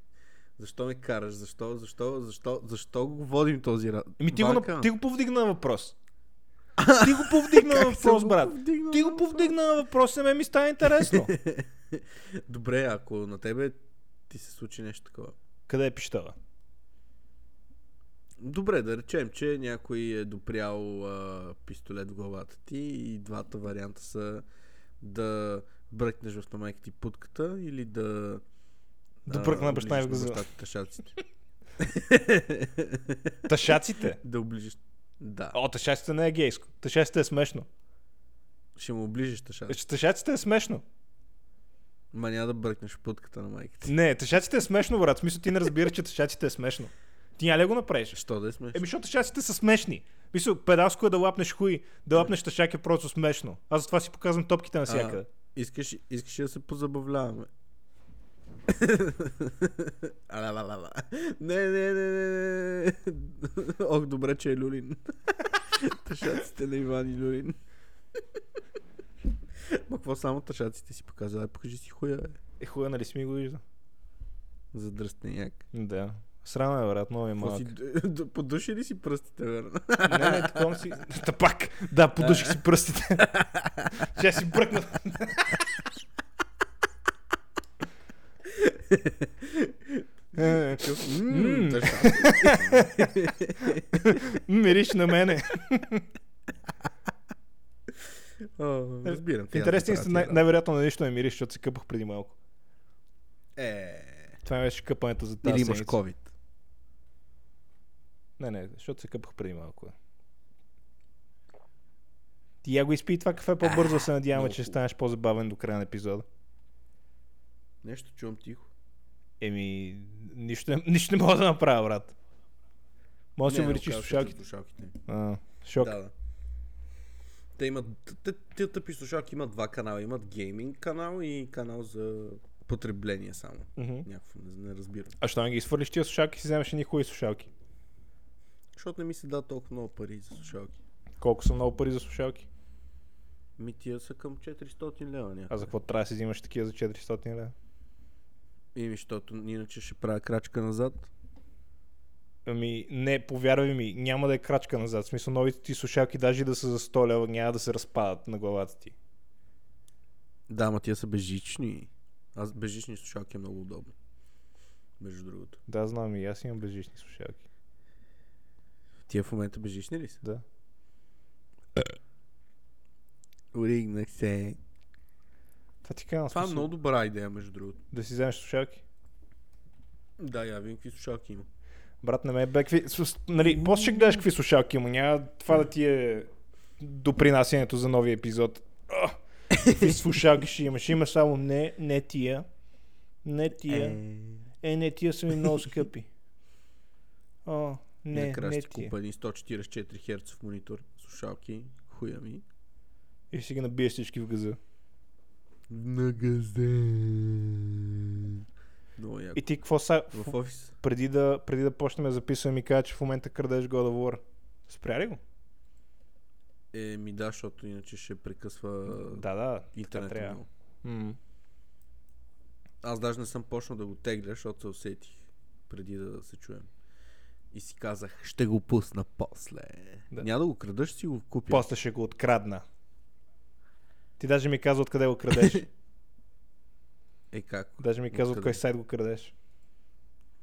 Speaker 2: Защо ме караш? Защо? Защо? Защо? Защо го водим този раз?
Speaker 1: Еми Ами ти, го,
Speaker 2: Вака,
Speaker 1: на- ти го повдигна на въпрос. Ти го повдигна на
Speaker 2: как съм
Speaker 1: въпрос,
Speaker 2: го
Speaker 1: брат.
Speaker 2: повдигнал
Speaker 1: Ти го
Speaker 2: на въпрос?
Speaker 1: повдигна на въпрос, на мен ми стана интересно.
Speaker 2: Добре, ако на тебе ти се случи нещо такова.
Speaker 1: Къде е пищава?
Speaker 2: Добре, да речем, че някой е допрял а, пистолет в главата ти и двата варианта са да бръкнеш в на майка ти путката или да...
Speaker 1: Да
Speaker 2: а,
Speaker 1: бръкна на баща ми в
Speaker 2: оближеш
Speaker 1: газона.
Speaker 2: баща ти тъшаците.
Speaker 1: Ташаците.
Speaker 2: да оближиш... Да,
Speaker 1: О, ташаците не е гейско. Ташаците е смешно.
Speaker 2: ще му оближиш тъшаците.
Speaker 1: Ташаците е смешно.
Speaker 2: Ма няма да бръкнеш в путката на майка ти.
Speaker 1: Не, тъшаците е смешно, брат. В смисъл ти не разбираш, че тъшаците е смешно. Ти няма ли го направиш?
Speaker 2: Що да е смеш?
Speaker 1: Еми, защото тъшаците са смешни. Мисъл, педалско е да лапнеш хуй, да лапнеш тъшак е просто смешно. Аз затова си показвам топките навсякъде.
Speaker 2: Искаш, искаш да се позабавляваме. Аля, ла, ла, ла. Не, не, не, не, не. Ох, добре, че е Люлин. Тъшаците на Иван и Люлин. Ма какво само тъшаците си показва? Ай, покажи си хуя, бе.
Speaker 1: Е, хуя, нали си ми го вижда?
Speaker 2: За дръстеняк.
Speaker 1: Да. Срама е, брат, много е
Speaker 2: Какво
Speaker 1: малък.
Speaker 2: Си, д- подуши ли си пръстите, верно?
Speaker 1: Не, не, такова си. Та пак. Да, подуших си пръстите. Ще си бръкна. Е,
Speaker 2: Ммм,
Speaker 1: Мм. Мириш на мене.
Speaker 2: Разбирам.
Speaker 1: В интересен сте, най- най-вероятно на нищо не мириш, защото се къпах преди малко.
Speaker 2: Е,
Speaker 1: Това ми беше къпането за тази
Speaker 2: или имаш
Speaker 1: седмица.
Speaker 2: COVID.
Speaker 1: Не, не, защото се къпах преди малко. Ти я го изпи това кафе по-бързо, се надяваме,
Speaker 2: много
Speaker 1: че ще
Speaker 2: хубаво.
Speaker 1: станеш по-забавен до края на епизода.
Speaker 2: Нещо чувам тихо.
Speaker 1: Еми, нищо, не- нищо не мога да направя, брат. Може да си
Speaker 2: Не, не,
Speaker 1: увеличиш
Speaker 2: оказва се чрез
Speaker 1: слушалките.
Speaker 2: слушалките.
Speaker 1: А, шок.
Speaker 2: Да, да. Те имат, те, те тъпи слушалки имат два канала. Имат гейминг канал и канал за потребление само.
Speaker 1: Мгм.
Speaker 2: Някакво, не, не разбирам.
Speaker 1: А що не ги изфърлиш тия слушалки, си вземеш едни хубави слушалки.
Speaker 2: Защото не ми се дава толкова много пари за слушалки.
Speaker 1: Колко са много пари за слушалки?
Speaker 2: Ми тия са към 400 лева някакво.
Speaker 1: А за какво трябва да си взимаш такива за 400 лева?
Speaker 2: Ими, защото иначе ще правя крачка назад.
Speaker 1: Ами, не, повярвай ми, няма да е крачка назад. В смисъл, новите ти слушалки, даже и да са за 100 лева, няма да се разпадат на главата ти.
Speaker 2: Да, ма тия са бежични. Аз бежични слушалки е много удобно. Между другото.
Speaker 1: Да, знам и аз имам бежични слушалки.
Speaker 2: Тия в момента бежични ли са?
Speaker 1: Да.
Speaker 2: Оригнах се.
Speaker 1: Това ти казвам,
Speaker 2: Това е
Speaker 1: смисъл,
Speaker 2: много добра идея, между другото.
Speaker 1: да си вземеш слушалки.
Speaker 2: Да, я видим какви слушалки има.
Speaker 1: Брат, не ме бе, какви... с- Нали, после ще гледаш какви слушалки има, няма това да ти е допринасянето за новия епизод. А, Какви слушалки ще имаш? Ще Имаш само не, не тия. Не тия.
Speaker 2: Е...
Speaker 1: Е, не тия са ми много скъпи. О,
Speaker 2: Не,
Speaker 1: не,
Speaker 2: накрая
Speaker 1: не
Speaker 2: ще си
Speaker 1: тия.
Speaker 2: Е, купа един 144 Hz монитор, слушалки, хуя ми.
Speaker 1: И ще ги набиеш всички в газа.
Speaker 2: На газе. Много яко.
Speaker 1: И ти какво са...
Speaker 2: В
Speaker 1: в-
Speaker 2: офис.
Speaker 1: Преди да, преди да почнем да записваме ми каза, че в момента крадеш God of War. Спря ли го?
Speaker 2: Е, ми да, защото иначе ще прекъсва
Speaker 1: Да, да.
Speaker 2: интернет. е
Speaker 1: трябва.
Speaker 2: много.
Speaker 1: М.
Speaker 2: Аз даже не съм почнал да го тегля, защото се усетих преди да се чуем. И си казах, ще го пусна после.
Speaker 1: Да.
Speaker 2: Няма да го крада, ще си го купя.
Speaker 1: После ще го открадна. Ти даже ми каза откъде го крадеш.
Speaker 2: Е как?
Speaker 1: Даже ми каза от
Speaker 2: Откъде?
Speaker 1: кой сайт го крадеш.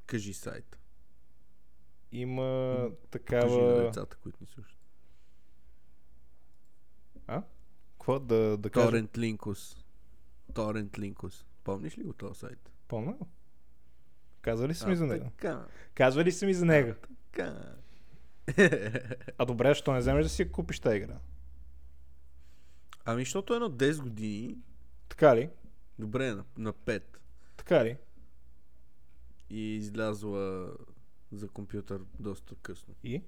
Speaker 2: Кажи сайт.
Speaker 1: Има
Speaker 2: Кажи на
Speaker 1: такава...
Speaker 2: децата, които ни слушат.
Speaker 1: Какво да, да кажа?
Speaker 2: Торент Линкус. Торент Линкус. Помниш ли го този сайт?
Speaker 1: Помня? Казвали са ми за него.
Speaker 2: Така,
Speaker 1: Казвали са ми за него.
Speaker 2: така.
Speaker 1: А добре, защо не вземеш да си я купиш тази игра?
Speaker 2: Ами, защото е на 10 години,
Speaker 1: Така ли?
Speaker 2: добре, на, на 5,
Speaker 1: Така ли?
Speaker 2: и е излязла за компютър доста късно.
Speaker 1: И?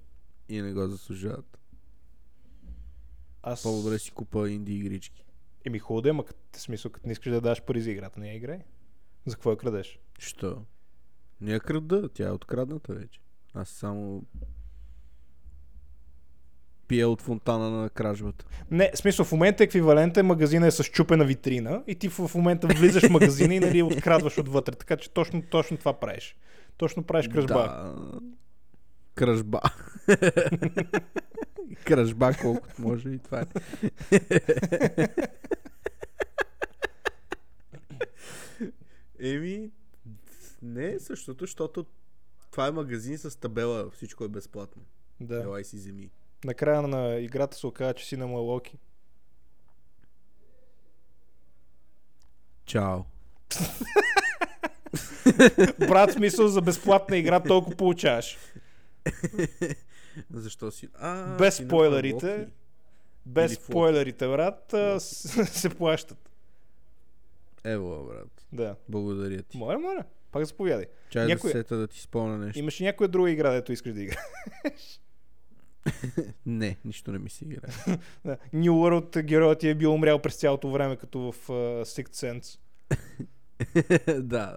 Speaker 2: И не го заслужават.
Speaker 1: Аз...
Speaker 2: По-добре си купа инди игрички.
Speaker 1: Еми хубаво да е, ма кът- в смисъл, като не искаш да даш пари за играта, не я играй. За какво я крадеш?
Speaker 2: Що? Не я крада, тя е открадната вече. Аз само пия от фонтана на кражбата.
Speaker 1: Не, в смисъл, в момента еквивалентът е магазина е с чупена витрина и ти в в момента влизаш в магазина и нали, открадваш отвътре. Така че точно, точно това правиш. Точно правиш кръжба.
Speaker 2: Да. Кръжба. кръжба колкото може и това е. Еми, не е същото, защото това е магазин с табела, всичко е безплатно.
Speaker 1: да.
Speaker 2: Елай си земи.
Speaker 1: Накрая на играта се оказа, че си на Малоки.
Speaker 2: Чао.
Speaker 1: Брат, в смисъл за безплатна игра толкова получаваш.
Speaker 2: Защо си? А,
Speaker 1: Без
Speaker 2: си на
Speaker 1: спойлерите.
Speaker 2: Павловки.
Speaker 1: Без
Speaker 2: Или флоп.
Speaker 1: спойлерите, брат, а, с- се плащат.
Speaker 2: Ево, брат.
Speaker 1: Да.
Speaker 2: Благодаря ти.
Speaker 1: Моля, моля. Пак заповядай.
Speaker 2: Чай
Speaker 1: някой-
Speaker 2: да сета да ти спомня нещо.
Speaker 1: Имаш ли някоя друга игра, дето искаш да играеш?
Speaker 2: Не, нищо не ми се играе.
Speaker 1: Да. New World героят ти е бил умрял през цялото време, като в uh, Sixth Sense.
Speaker 2: да.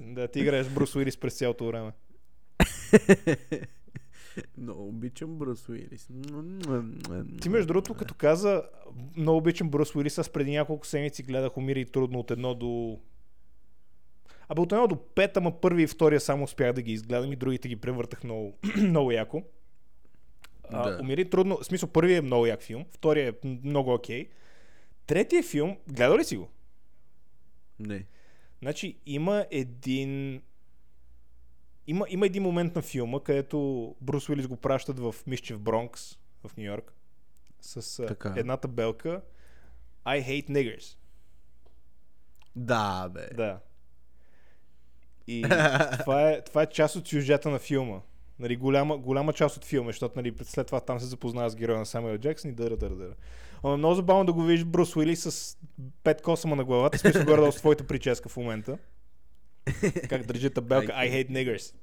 Speaker 1: Да, ти играеш Брус Уилис през цялото време.
Speaker 2: Много обичам Брус Уилис.
Speaker 1: Ти между другото, като каза, много обичам Брус Уилис, аз преди няколко седмици гледах Умири и трудно от едно до... Абе от едно до пет, ама първи и втория само успях да ги изгледам и другите ги превъртах много, много яко. А,
Speaker 2: Да.
Speaker 1: Умири трудно, в смисъл първият е много як филм, втория е много окей. Третия филм, гледал ли си го?
Speaker 2: Не.
Speaker 1: Значи има един има, има един момент на филма, където Брус Уилис го пращат в Мисчев Бронкс в Нью Йорк с така.
Speaker 2: Така.
Speaker 1: едната белка I hate niggers.
Speaker 2: Да, бе.
Speaker 1: Да. И това е, това е част от сюжета на филма. Нали, голяма, голяма част от филма, защото нали, след това там се запознава с героя на Самуел Джексън и дъра, дъра, дъра. Ама е много забавно да го видиш Брус Уилис с пет косама на главата, в смисъл горе с твоята прическа в момента. Как държи табелка I hate niggers.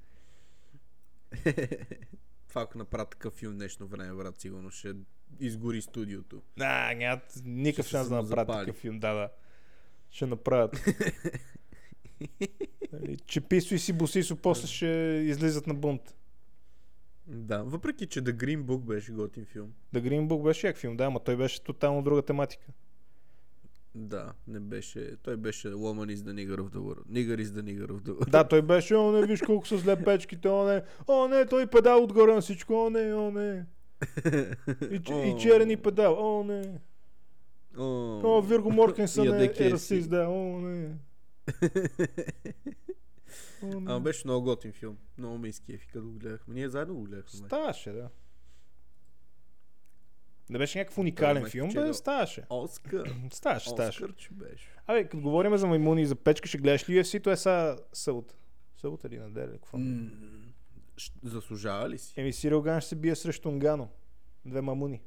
Speaker 2: Това ако направя такъв филм днешно време, брат, сигурно ще изгори студиото.
Speaker 1: Да, нямат никакъв
Speaker 2: Ще се
Speaker 1: шанс да направят
Speaker 2: самозапали.
Speaker 1: такъв филм. Да, да. Ще направят. нали, Чеписо и Сибосисо после ще излизат на бунт.
Speaker 2: Да, въпреки, че The Green Book беше готин филм.
Speaker 1: The Green Book беше як филм, да, ама той беше тотално друга тематика.
Speaker 2: Да, не беше. Той беше Woman is the nigger of the world. Nigger is the nigger of the world.
Speaker 1: Да, той беше, о не, виж колко са зле печките, о не, о не, той педал отгоре на всичко, о не, о не. И, че- и
Speaker 2: О.
Speaker 1: черен и педал, о не.
Speaker 2: О,
Speaker 1: О, Вирго Моркенсън е,
Speaker 2: Яде
Speaker 1: е
Speaker 2: KFC.
Speaker 1: расист, да, о не. О, не.
Speaker 2: Ама беше много готин филм. Много ме изкефи, като го гледахме. Ние заедно го гледахме. май.
Speaker 1: Ставаше, да. Не беше някакъв уникален
Speaker 2: май
Speaker 1: филм, бе,
Speaker 2: спечелил.
Speaker 1: ставаше.
Speaker 2: Оскар.
Speaker 1: Ставаше, ставаше.
Speaker 2: Оскар, че беше.
Speaker 1: Абе, като говорим за маймуни и за печка, ще гледаш ли UFC, то е са събота. Събота или неделя, какво?
Speaker 2: М, щ- Заслужава ли си?
Speaker 1: Еми, Сирил Ган ще се бие срещу Нгано. Две мамуни.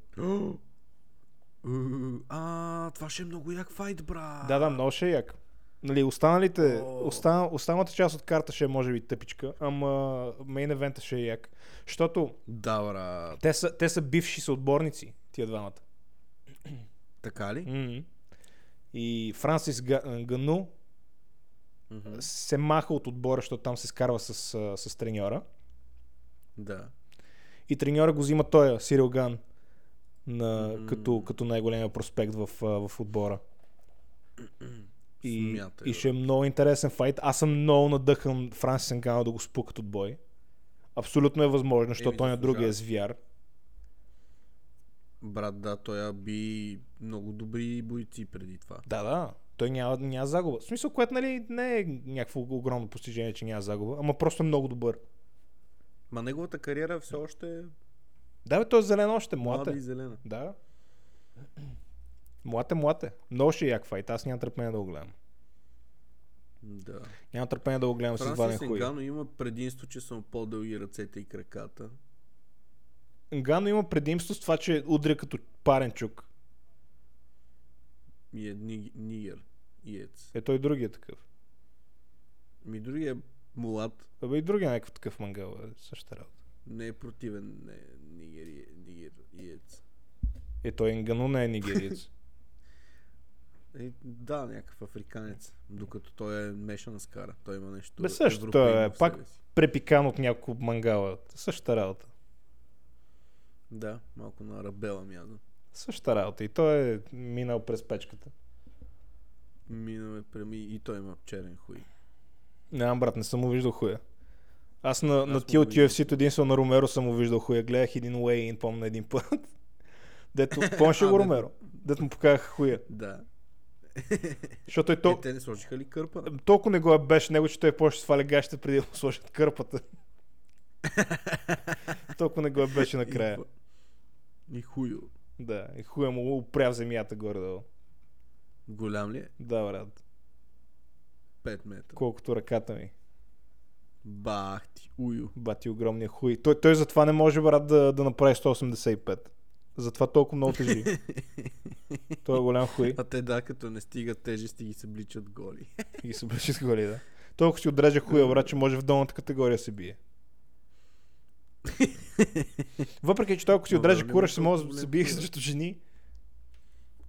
Speaker 2: А, това ще е много як файт, бра.
Speaker 1: Да, да, много ще е як. Нали, останалите,
Speaker 2: О.
Speaker 1: остан, останалата част от карта ще е може би тъпичка, ама мейн евента ще е як. Защото
Speaker 2: Да, бра.
Speaker 1: те са, те са бивши съотборници, тия двамата.
Speaker 2: Така ли?
Speaker 1: Mm-hmm. И Франсис Га- Гану
Speaker 2: Мгм.
Speaker 1: се маха от отбора, защото там се скарва с, а, с треньора.
Speaker 2: Да.
Speaker 1: И треньора го взима той, Сирил Ган, на,
Speaker 2: М.
Speaker 1: като, като най-големия проспект в, а, в отбора. И,
Speaker 2: Смятай,
Speaker 1: и ще е много интересен файт. Аз съм много надъхан Франсис Нганну да го спукат от бой. Абсолютно е възможно, защото той на другия е звяр.
Speaker 2: Брат, да, той я би много добри бойци преди това.
Speaker 1: Да, да. Той няма, няма загуба. В смисъл, което нали, не е някакво огромно постижение, че няма загуба, ама просто е много добър.
Speaker 2: Ма неговата кариера все още е
Speaker 1: Да, бе, той е зелен още, млад
Speaker 2: млада и
Speaker 1: е.
Speaker 2: зелена.
Speaker 1: Да. Млад е, млад е. Много ще е як файт, аз нямам търпение да го гледам.
Speaker 2: Да.
Speaker 1: Нямам търпение да го гледам с изваден
Speaker 2: Франсис
Speaker 1: хуй.
Speaker 2: Нганну има предимство, че са му по-дълги ръцете и краката.
Speaker 1: Гано има предимство с това, че удря като парен чук.
Speaker 2: И е ни- нигер. Иец.
Speaker 1: Е, той другия такъв.
Speaker 2: Ми другия е мулат.
Speaker 1: Абе и другия някакъв такъв мангал, е, същата работа.
Speaker 2: Не е противен. Не е нигер, и- нигер иец.
Speaker 1: Е, той Нгану не е нигериец.
Speaker 2: Е, да, някакъв африканец. Докато той е мешан с кара. Той има нещо
Speaker 1: Бе, също,
Speaker 2: европейно
Speaker 1: той е
Speaker 2: в
Speaker 1: пак-
Speaker 2: себе си.
Speaker 1: Препикан от няколко мангала. Същата работа.
Speaker 2: Да, малко на рабела мяза.
Speaker 1: Същата работа. И той е минал през печката.
Speaker 2: Минаме преми и той има черен хуй.
Speaker 1: Нямам, брат, не съм му виждал хуя. Аз на, на
Speaker 2: му
Speaker 1: тия от
Speaker 2: виждам.
Speaker 1: UFC-то единствено на Ромеро съм му виждал хуя. Гледах един Way In, помня един път. Дето, помниш ли
Speaker 2: А,
Speaker 1: го
Speaker 2: да.
Speaker 1: Ромеро? Дето му показах хуя.
Speaker 2: Да.
Speaker 1: Защото е
Speaker 2: То...
Speaker 1: то...
Speaker 2: Е, те не сложиха ли кърпа?
Speaker 1: Толкова не го е беше него, че той почва да сваля гащите преди да му сложат кърпата. Толкова не го е беше накрая.
Speaker 2: И, и хуйо.
Speaker 1: Да, и хуя му опря в земята горе-долу.
Speaker 2: Голям ли е?
Speaker 1: Да, брат.
Speaker 2: 5 метра.
Speaker 1: Колкото ръката ми.
Speaker 2: Бах ти, уйо.
Speaker 1: Бати огромния хуй. Той, той затова не може, брат, да, да направи 185. Затова толкова много тежи. той е голям хуй
Speaker 2: А те да, като не стигат тежести ги се бличат голи.
Speaker 1: и ги се беше с голи, да. Толкова си отрежа хуя, брат, че може в долната категория да се бие. Въпреки, че той ако си
Speaker 2: Добре,
Speaker 1: отреже
Speaker 2: не
Speaker 1: кураж,
Speaker 2: му
Speaker 1: ще може да
Speaker 2: толкова
Speaker 1: се
Speaker 2: голям
Speaker 1: бие
Speaker 2: хуй.
Speaker 1: срещу жени.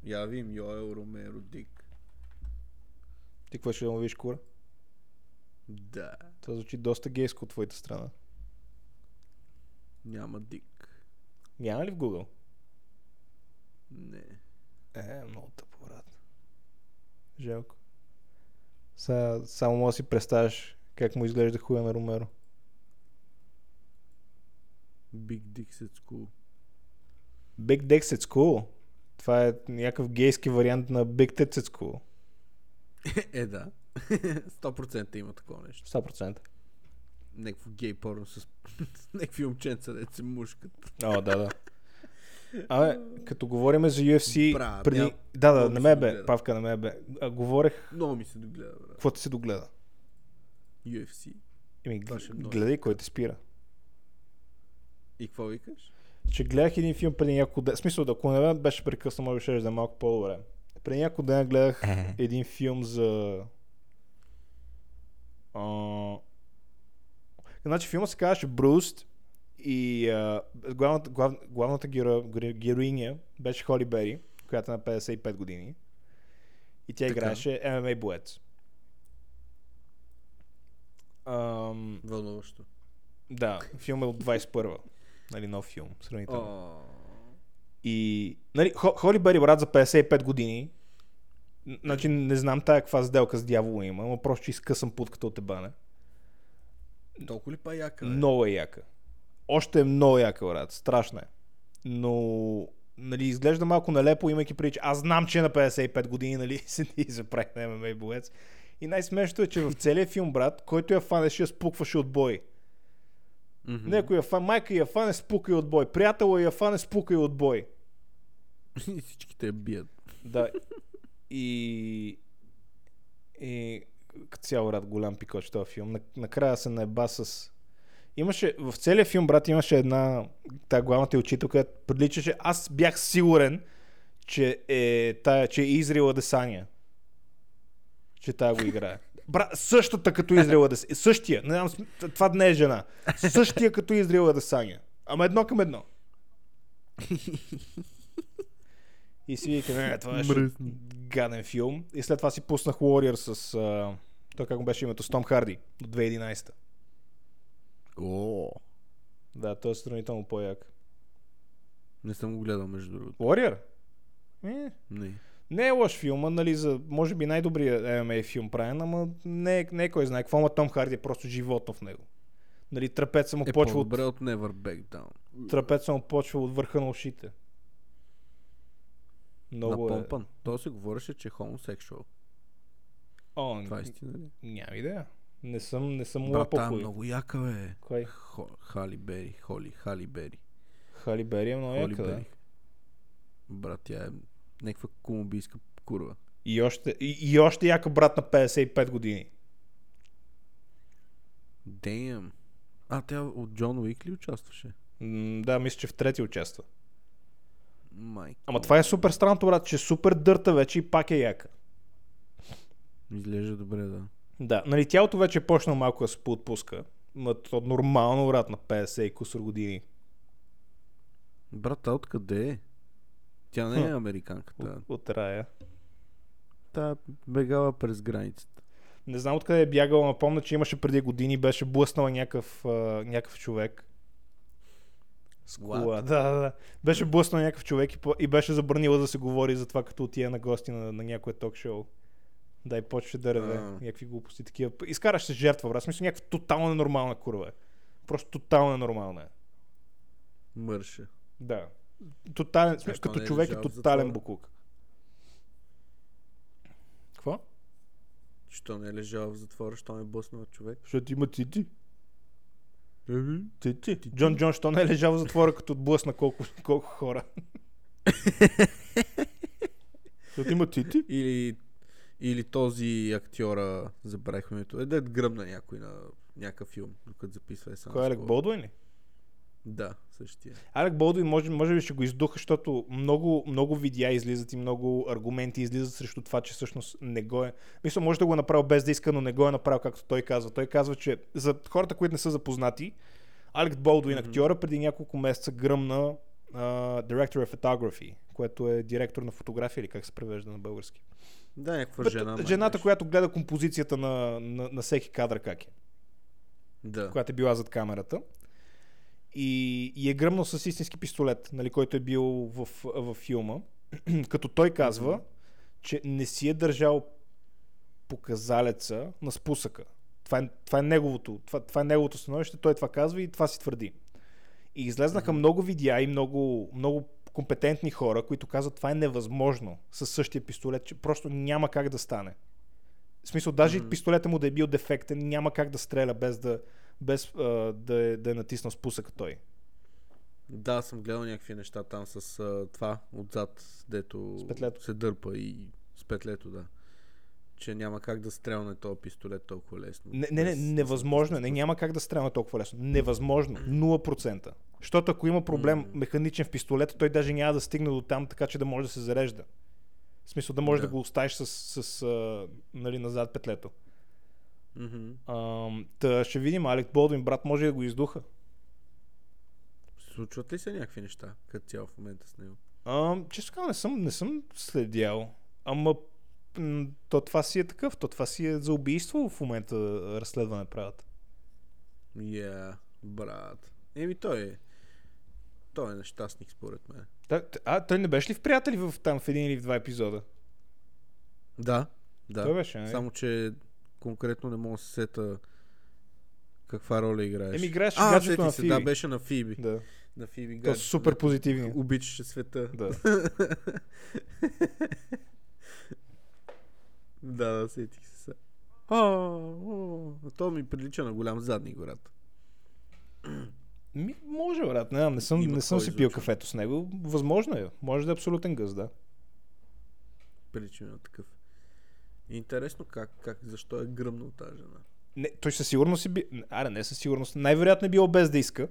Speaker 2: Я вим, Йоел, Ромеро, Дик.
Speaker 1: Ти какво ще да му видиш кура?
Speaker 2: Да,
Speaker 1: Това звучи доста гейско от твоята страна.
Speaker 2: няма Дик.
Speaker 1: Няма ли в Google?
Speaker 2: Не.
Speaker 1: Е, много тъпо, брат. Жалко. Са, само може да си представяш как му изглежда хуя на Ромеро.
Speaker 2: Big Dick Set School.
Speaker 1: Big Dicks at School. Това е някакъв гейски вариант на Big Tits at School.
Speaker 2: е, да. 100% има такова нещо.
Speaker 1: 100%.
Speaker 2: Някакво гей порно с с някакви момченца, де се мушкат.
Speaker 1: О, да, да. Абе, като говориме за UFC,
Speaker 2: Бра,
Speaker 1: преди...
Speaker 2: няма-
Speaker 1: Да, да,
Speaker 2: много
Speaker 1: не
Speaker 2: ми
Speaker 1: ме
Speaker 2: се
Speaker 1: бе,
Speaker 2: догледа.
Speaker 1: Павка, не ме бе. А, говорех,
Speaker 2: Много ми се догледа, брат.
Speaker 1: какво ти се догледа.
Speaker 2: UFC.
Speaker 1: Еми,
Speaker 2: Това ще е много
Speaker 1: гледай кой те спира.
Speaker 2: И какво викаш?
Speaker 1: че гледах един филм преди няколко дена. В смисъл, ако не ме беше прекъснал, може би ще да е малко по-добре. Преди няколко дена гледах един филм за... А... Значи филма се казваше Бруст и а, главната, глав, главната геро, геро- героиня беше Холи Бери, която е на 55 години. И тя
Speaker 2: Така.
Speaker 1: играеше ММА боец. Ам,
Speaker 2: Вълнуващо.
Speaker 1: да, филм е от 21-а. Нали, нов филм, сравнително.
Speaker 2: О,
Speaker 1: И, нали, Хо- Холи Бери, брат, за 55 години, н- значи не знам тая каква сделка с дявола има, но просто че изкъсам путката от ебана.
Speaker 2: толкова ли па яка? бе?
Speaker 1: Много е яка. Още е много яка, брат. Страшна е. Но, нали, изглежда малко нелепо, имайки преди, че аз знам, че е на 55 години, нали, седи и се прави на ММА боец. И най-смешното е, че в целия филм, брат, който я фанеше, я спукваше от бой.
Speaker 2: Мгм.
Speaker 1: Някой я фан, майка я фане, спука и от бой. Приятел я фане, спука и от бой.
Speaker 2: И всички те бият.
Speaker 1: Да. И... И... Като цяло рад голям пикоч този филм. На- Накрая се наеба с... Имаше... В целия филм, брат, имаше една... Та главната й учителка приличаше... Аз бях сигурен, че е, тая, че е Изрила Десания. Че тая го играе. Бра, същата като Изрила Десания. Същия. Не знам, с- това не е жена. Същия като Изрила Десания. Ама едно към едно. И си викам, е, това беше
Speaker 2: Мръсни.
Speaker 1: гаден филм. И след това си пуснах Warrior с... А, той как му беше името? С Том Харди. От 2011.
Speaker 2: О.
Speaker 1: Да, той е сравнително по-як.
Speaker 2: Не съм го гледал, между другото.
Speaker 1: Warrior? Е,
Speaker 2: Не.
Speaker 1: Не е лош филма, нали, за може би най-добрия ММА филм правен, ама не, е- не е кой знае какво, ама Том Харди е просто животно в него. Нали, трапеца му,
Speaker 2: Е
Speaker 1: почва от,
Speaker 2: по-добре от Never Back Down.
Speaker 1: трапеца му почва от върха на ушите. Много е.
Speaker 2: Напомпан. То се говореше, че е хомосексуал.
Speaker 1: О,
Speaker 2: Това е истина ли?
Speaker 1: няма идея. Не съм, не съм
Speaker 2: Брат,
Speaker 1: му
Speaker 2: тая е
Speaker 1: по
Speaker 2: много яка, бе.
Speaker 1: Кой?
Speaker 2: Хо, Хали Бери, Холи, Хали Бери.
Speaker 1: Хали Бери е много
Speaker 2: Холи
Speaker 1: яка, да.
Speaker 2: Бери. Брат, тя е някаква колумбийска курва.
Speaker 1: И още, и, и още яка брат на 55 години.
Speaker 2: Damn. А, тя от Джон Уик ли участваше?
Speaker 1: М, Да, мисля, че в трети участва.
Speaker 2: Майка.
Speaker 1: Ама това е супер странното, брат, че е супер дърта вече и пак е яка.
Speaker 2: Изглежда добре, да.
Speaker 1: Да, нали тялото вече е почнало малко да се поотпуска. Ма то нормално, брат, на 50 и кусор години.
Speaker 2: Брат, а откъде е? Тя не е
Speaker 1: Хм.
Speaker 2: американка. Та,
Speaker 1: От рая.
Speaker 2: та е бегала през границата.
Speaker 1: Не знам откъде е бягала, но помня, че имаше преди години, беше блъснала някакъв, а, някакъв човек. С
Speaker 2: What?
Speaker 1: кола. Да, да, да. Беше блъснал някакъв човек и, по- и беше забранила да се говори за това, като отия на гости на, на някое ток-шоу. Да, и почваше да реве.
Speaker 2: А.
Speaker 1: Някакви глупости такива. Изкараш се жертва, брат. В Смисъл, някаква тотално ненормална курва. е. Просто тотално ненормална е.
Speaker 2: Мърша.
Speaker 1: Да. Тотален, смисъл,
Speaker 2: то
Speaker 1: като
Speaker 2: не е
Speaker 1: човек е
Speaker 2: лежала в
Speaker 1: тотален
Speaker 2: затвора.
Speaker 1: буклук. Какво?
Speaker 2: Що не е лежала в затвора, що не е блъснала човек?
Speaker 1: Защото има цити. Цити. Джон Джон, що не е лежал в затвора, като отблъсна колко, колко хора? Защото има цити.
Speaker 2: Или, или този актьора, забравих името, е да гръмна някой на някакъв филм, докато записва е само.
Speaker 1: Кой е Алек Болдуин ли?
Speaker 2: Да, същия.
Speaker 1: Алек Болдуин може, може би ще го издуха, защото много, много видеа излизат и много аргументи излизат срещу това, че всъщност не го е. Мисля, може да го е направил без да иска, но не го е направил, както той казва. Той казва, че за хората, които не са запознати, Алек Болдуин,
Speaker 2: Мгм.
Speaker 1: актьора, преди няколко месеца гръмна uh, Director of Photography, което е директор на фотография или как се превежда на български.
Speaker 2: Да, някаква
Speaker 1: Бе,
Speaker 2: жена. май
Speaker 1: Жената,
Speaker 2: беше.
Speaker 1: която гледа композицията на, на, на всеки кадър как е,
Speaker 2: Да.
Speaker 1: която е била зад камерата. И, и е гръмнал с истински пистолет, нали, който е бил в, в филма. Като той казва, че не си е държал показалеца на спусъка. Това е, това е, неговото, това, това е неговото становище, той това казва и това си твърди. И излезнаха много видеа и много, много компетентни хора, които казват, това е невъзможно със същия пистолет, че просто няма как да стане. В смисъл, даже mm-hmm.
Speaker 2: Мгм.
Speaker 1: пистолета му да е бил дефектен, няма как да стреля без да, без, а, да, е, да е натиснал спусъка той.
Speaker 2: Да, съм гледал някакви неща там с а, това отзад, дето
Speaker 1: С петлето.
Speaker 2: се дърпа и с петлето, да. Че няма как да стрелне този пистолет толкова лесно.
Speaker 1: Не, не, не
Speaker 2: без-
Speaker 1: невъзможно е. Не, няма как да стреля толкова лесно. Невъзможно. 0%. Защото ако има проблем механичен в пистолета, той даже няма да стигне до там, така че да може да се зарежда. В смисъл да можеш да,
Speaker 2: Да.
Speaker 1: го оставиш с, с, а, нали, назад петлето.
Speaker 2: Мгм.
Speaker 1: Ам, та ще видим, Алек Болдуин, брат, може и да го издуха.
Speaker 2: Случват ли се някакви неща, като цяло в момента с него?
Speaker 1: Ам, често казвам, не съм, не съм следял. Ама м, то това си е такъв, то това си е за убийство в момента а, разследване правят.
Speaker 2: Я, yeah, брат. Еми той е. Той е нещастник според мен.
Speaker 1: Та, т- а, той не беше ли в приятели в, там в един или в два епизода?
Speaker 2: Да, да.
Speaker 1: Той беше, нали?
Speaker 2: Само, че конкретно не мога да се сета каква роля играеш.
Speaker 1: Еми, играеше
Speaker 2: а,
Speaker 1: гаджето
Speaker 2: сетих
Speaker 1: на
Speaker 2: се,
Speaker 1: Фиби.
Speaker 2: Да, беше на Фиби.
Speaker 1: Да.
Speaker 2: На Фиби
Speaker 1: То
Speaker 2: гаджето.
Speaker 1: супер позитивни.
Speaker 2: дето Обичаше света.
Speaker 1: Да.
Speaker 2: Да, да, сетих се. сега. А, о, а то ми прилича на голям задник, брат.
Speaker 1: Ми, може, брат. Не, знам, не съм,
Speaker 2: Има
Speaker 1: не съм
Speaker 2: такова
Speaker 1: си пил
Speaker 2: излъчване.
Speaker 1: кафето с него. Възможно е. Може да е абсолютен гъз, да.
Speaker 2: Прилича ми на такъв. Интересно как, как, защо е гръмнал тази жена.
Speaker 1: Не, той със сигурност е би... Аре, не със сигурност. Най-вероятно е било без да иска.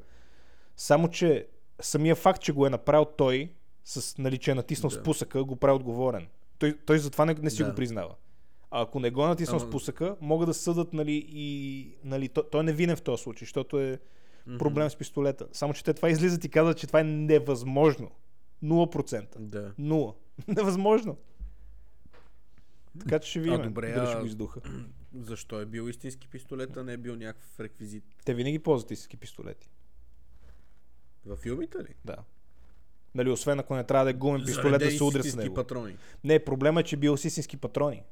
Speaker 1: Само, че самия факт, че го е направил той, с, нали, че е натиснал
Speaker 2: Да.
Speaker 1: спусъка, го прави отговорен. Той, той затова не, не си
Speaker 2: Да.
Speaker 1: го признава. А ако не го е натиснал
Speaker 2: Ама-
Speaker 1: спусъка, могат да съдат, нали, и... Нали, той, той е невинен в този случай, защото е проблем с пистолета. Само, че те това излизат и казват, че това е невъзможно. 0%.
Speaker 2: Да.
Speaker 1: Нула. Невъзможно. Така че ще видим.
Speaker 2: добре,
Speaker 1: дали
Speaker 2: а-
Speaker 1: ще го издуха.
Speaker 2: Защо е бил истински пистолет, а не е бил някакъв реквизит?
Speaker 1: Те винаги ползват истински пистолети.
Speaker 2: Във филмите ли?
Speaker 1: Да. Нали, освен ако не трябва да е гумен пистолет да
Speaker 2: Заредени
Speaker 1: се удрят с
Speaker 2: истински
Speaker 1: него.
Speaker 2: патрони.
Speaker 1: Не, проблема е, че бил с истински патрони.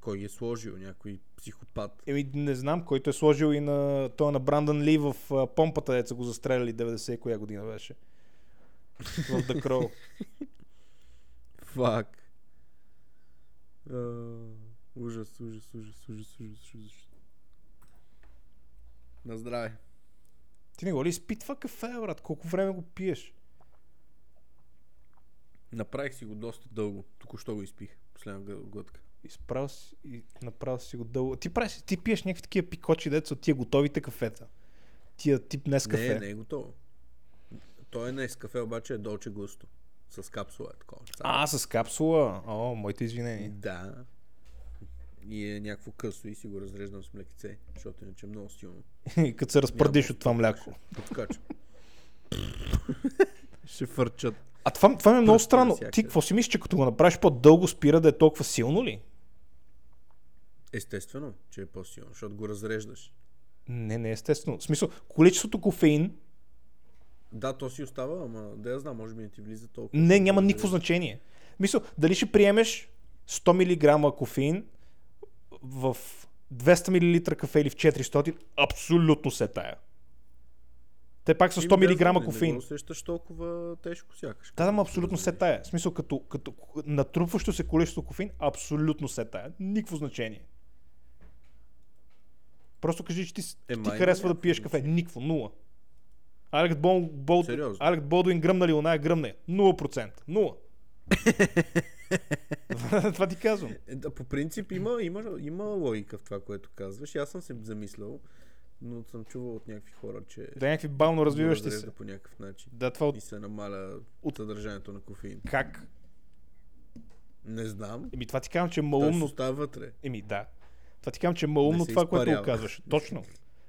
Speaker 2: Кой ги е сложил? Някой психопат.
Speaker 1: Еми, не знам, който е сложил и на той е на Брандън Ли в а, помпата, деца го застреляли 90 и коя година беше. В The Crow.
Speaker 2: Фак. А, Ужас, ужас, ужас, ужас, ужас, ужас. На здраве.
Speaker 1: Ти не го ли изпитва кафе, брат? Колко време го пиеш?
Speaker 2: Направих си го доста дълго. Току-що го изпих. Последна гъ- глътка.
Speaker 1: Изправил си, и направил си го дълго. Ти, правиш, ти пиеш някакви такива пикочи, дето са тия готовите кафета. Тия тип днес кафе.
Speaker 2: Не, не е готово. Той е не с кафе, обаче е долче густо. С капсула е такова. Само.
Speaker 1: А, с капсула. О, моите извинения.
Speaker 2: Да. И е някакво късо и си го разреждам с млекице, защото иначе е много силно.
Speaker 1: И като се разпърдиш от това мляко.
Speaker 2: Подкача. Ще фърчат.
Speaker 1: А това, това ми е много
Speaker 2: Пръсти
Speaker 1: странно.
Speaker 2: навсякъде.
Speaker 1: Ти какво си мислиш, че като го направиш по-дълго спира да е толкова силно ли?
Speaker 2: Естествено, че е по-силно, защото го разреждаш.
Speaker 1: Не, не, естествено. В смисъл, количеството кофеин
Speaker 2: Да, то си остава, ама да я знам, може би не ти влиза толкова.
Speaker 1: не, няма никакво значение. Мисъл, дали ще приемеш 100 мг кофеин в 200 мл кафе или в 400, абсолютно се тая. Те пак са
Speaker 2: Ими да я знам,
Speaker 1: 100 мг
Speaker 2: Не, не
Speaker 1: кофеин.
Speaker 2: го усещаш толкова тежко сякаш.
Speaker 1: Да, да, ма
Speaker 2: Като
Speaker 1: абсолютно
Speaker 2: го
Speaker 1: се тая. В смисъл, като, като натрупващо се количество кофеин, абсолютно се тая. Никакво значение. Просто кажи, че ти, с-
Speaker 2: Е,
Speaker 1: ти
Speaker 2: май има
Speaker 1: харесва да
Speaker 2: някакво
Speaker 1: пиеш кафе. Никво, нула. Алекс, Бол, Бол,
Speaker 2: Сериозно?
Speaker 1: Алекс Болдуин гръмна ли оная гръмна? я. 0%. Нула. Това ти казвам.
Speaker 2: Е, Да, по принцип има, има, има логика в това, което казваш. И Аз съм се замислял, но съм чувал от някакви хора, че
Speaker 1: Да някакви бавно
Speaker 2: го
Speaker 1: развиващи се.
Speaker 2: разрежда по някакъв начин.
Speaker 1: Да, това от...
Speaker 2: И се намаля от съдържанието на кофеин.
Speaker 1: Как?
Speaker 2: Не знам.
Speaker 1: Еми, това ти казвам, че е
Speaker 2: Той
Speaker 1: малумно.
Speaker 2: си остава вътре.
Speaker 1: Еми, да. Това ти казвам, че е малумно
Speaker 2: Не се
Speaker 1: това, което го
Speaker 2: изпарява.
Speaker 1: казваш. Точно.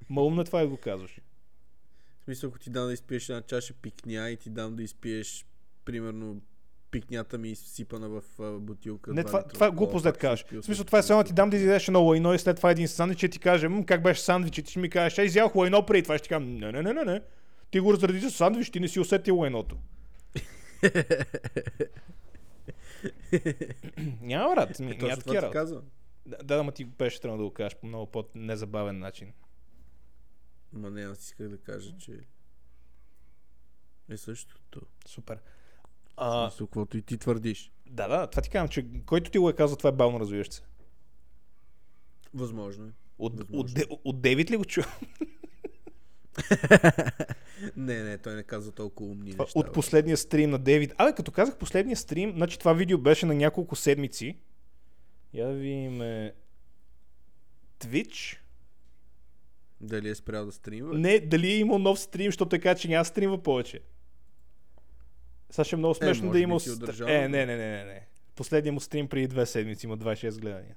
Speaker 1: Малумно е това, което го казваш.
Speaker 2: В смисъл, ако ти дам да изпиеш една чаша пикня и ти дам да изпиеш, примерно, пикнята ми изсипана в а, бутилка.
Speaker 1: Не,
Speaker 2: два
Speaker 1: това,
Speaker 2: литра
Speaker 1: това е
Speaker 2: кола,
Speaker 1: глупост да
Speaker 2: пак ще
Speaker 1: кажеш.
Speaker 2: изпил
Speaker 1: В смисъл,
Speaker 2: с-
Speaker 1: това е само да ти дам да изядеш едно лайно и след това един сандвич и ти кажа, М, как беше сандвич, и ти ще ми кажеш, аз изях лайно преди това, ще ти кажа, не, не, не, не, не. Ти го разреди с сандвич, ти не си усетил лайното. Няма брат, ми, няма
Speaker 2: Е, точно
Speaker 1: такива
Speaker 2: това ти
Speaker 1: работи.
Speaker 2: казвам.
Speaker 1: Да, да, ма ти беше трябва да го кажеш по много по-незабавен начин.
Speaker 2: Ма не, аз исках да кажа, че е същото.
Speaker 1: Супер. А,
Speaker 2: Мисля, каквото и ти твърдиш.
Speaker 1: да, да, това ти казвам, че който ти го е казал, това е бавно развиващ се.
Speaker 2: Възможно е.
Speaker 1: От, от,
Speaker 2: Възможно.
Speaker 1: от, Де- от Девид ли го чу?
Speaker 2: Не, не, той не казва толкова умни
Speaker 1: Това Е,
Speaker 2: неща.
Speaker 1: от
Speaker 2: бе.
Speaker 1: последния стрим на Дейвид. Абе, като казах последния стрим, значи това видео беше на няколко седмици. Я да видим. е, Twitch.
Speaker 2: Дали е спрял да стримва?
Speaker 1: Не, дали е имал нов стрим, защото той каза, че няма стримва повече. Сега ще е много смешно да
Speaker 2: може би
Speaker 1: е имал...
Speaker 2: си
Speaker 1: стр-
Speaker 2: удържал,
Speaker 1: е,
Speaker 2: но-
Speaker 1: не, не, не, не, не. Последният му стрим преди две седмици има 26 гледания.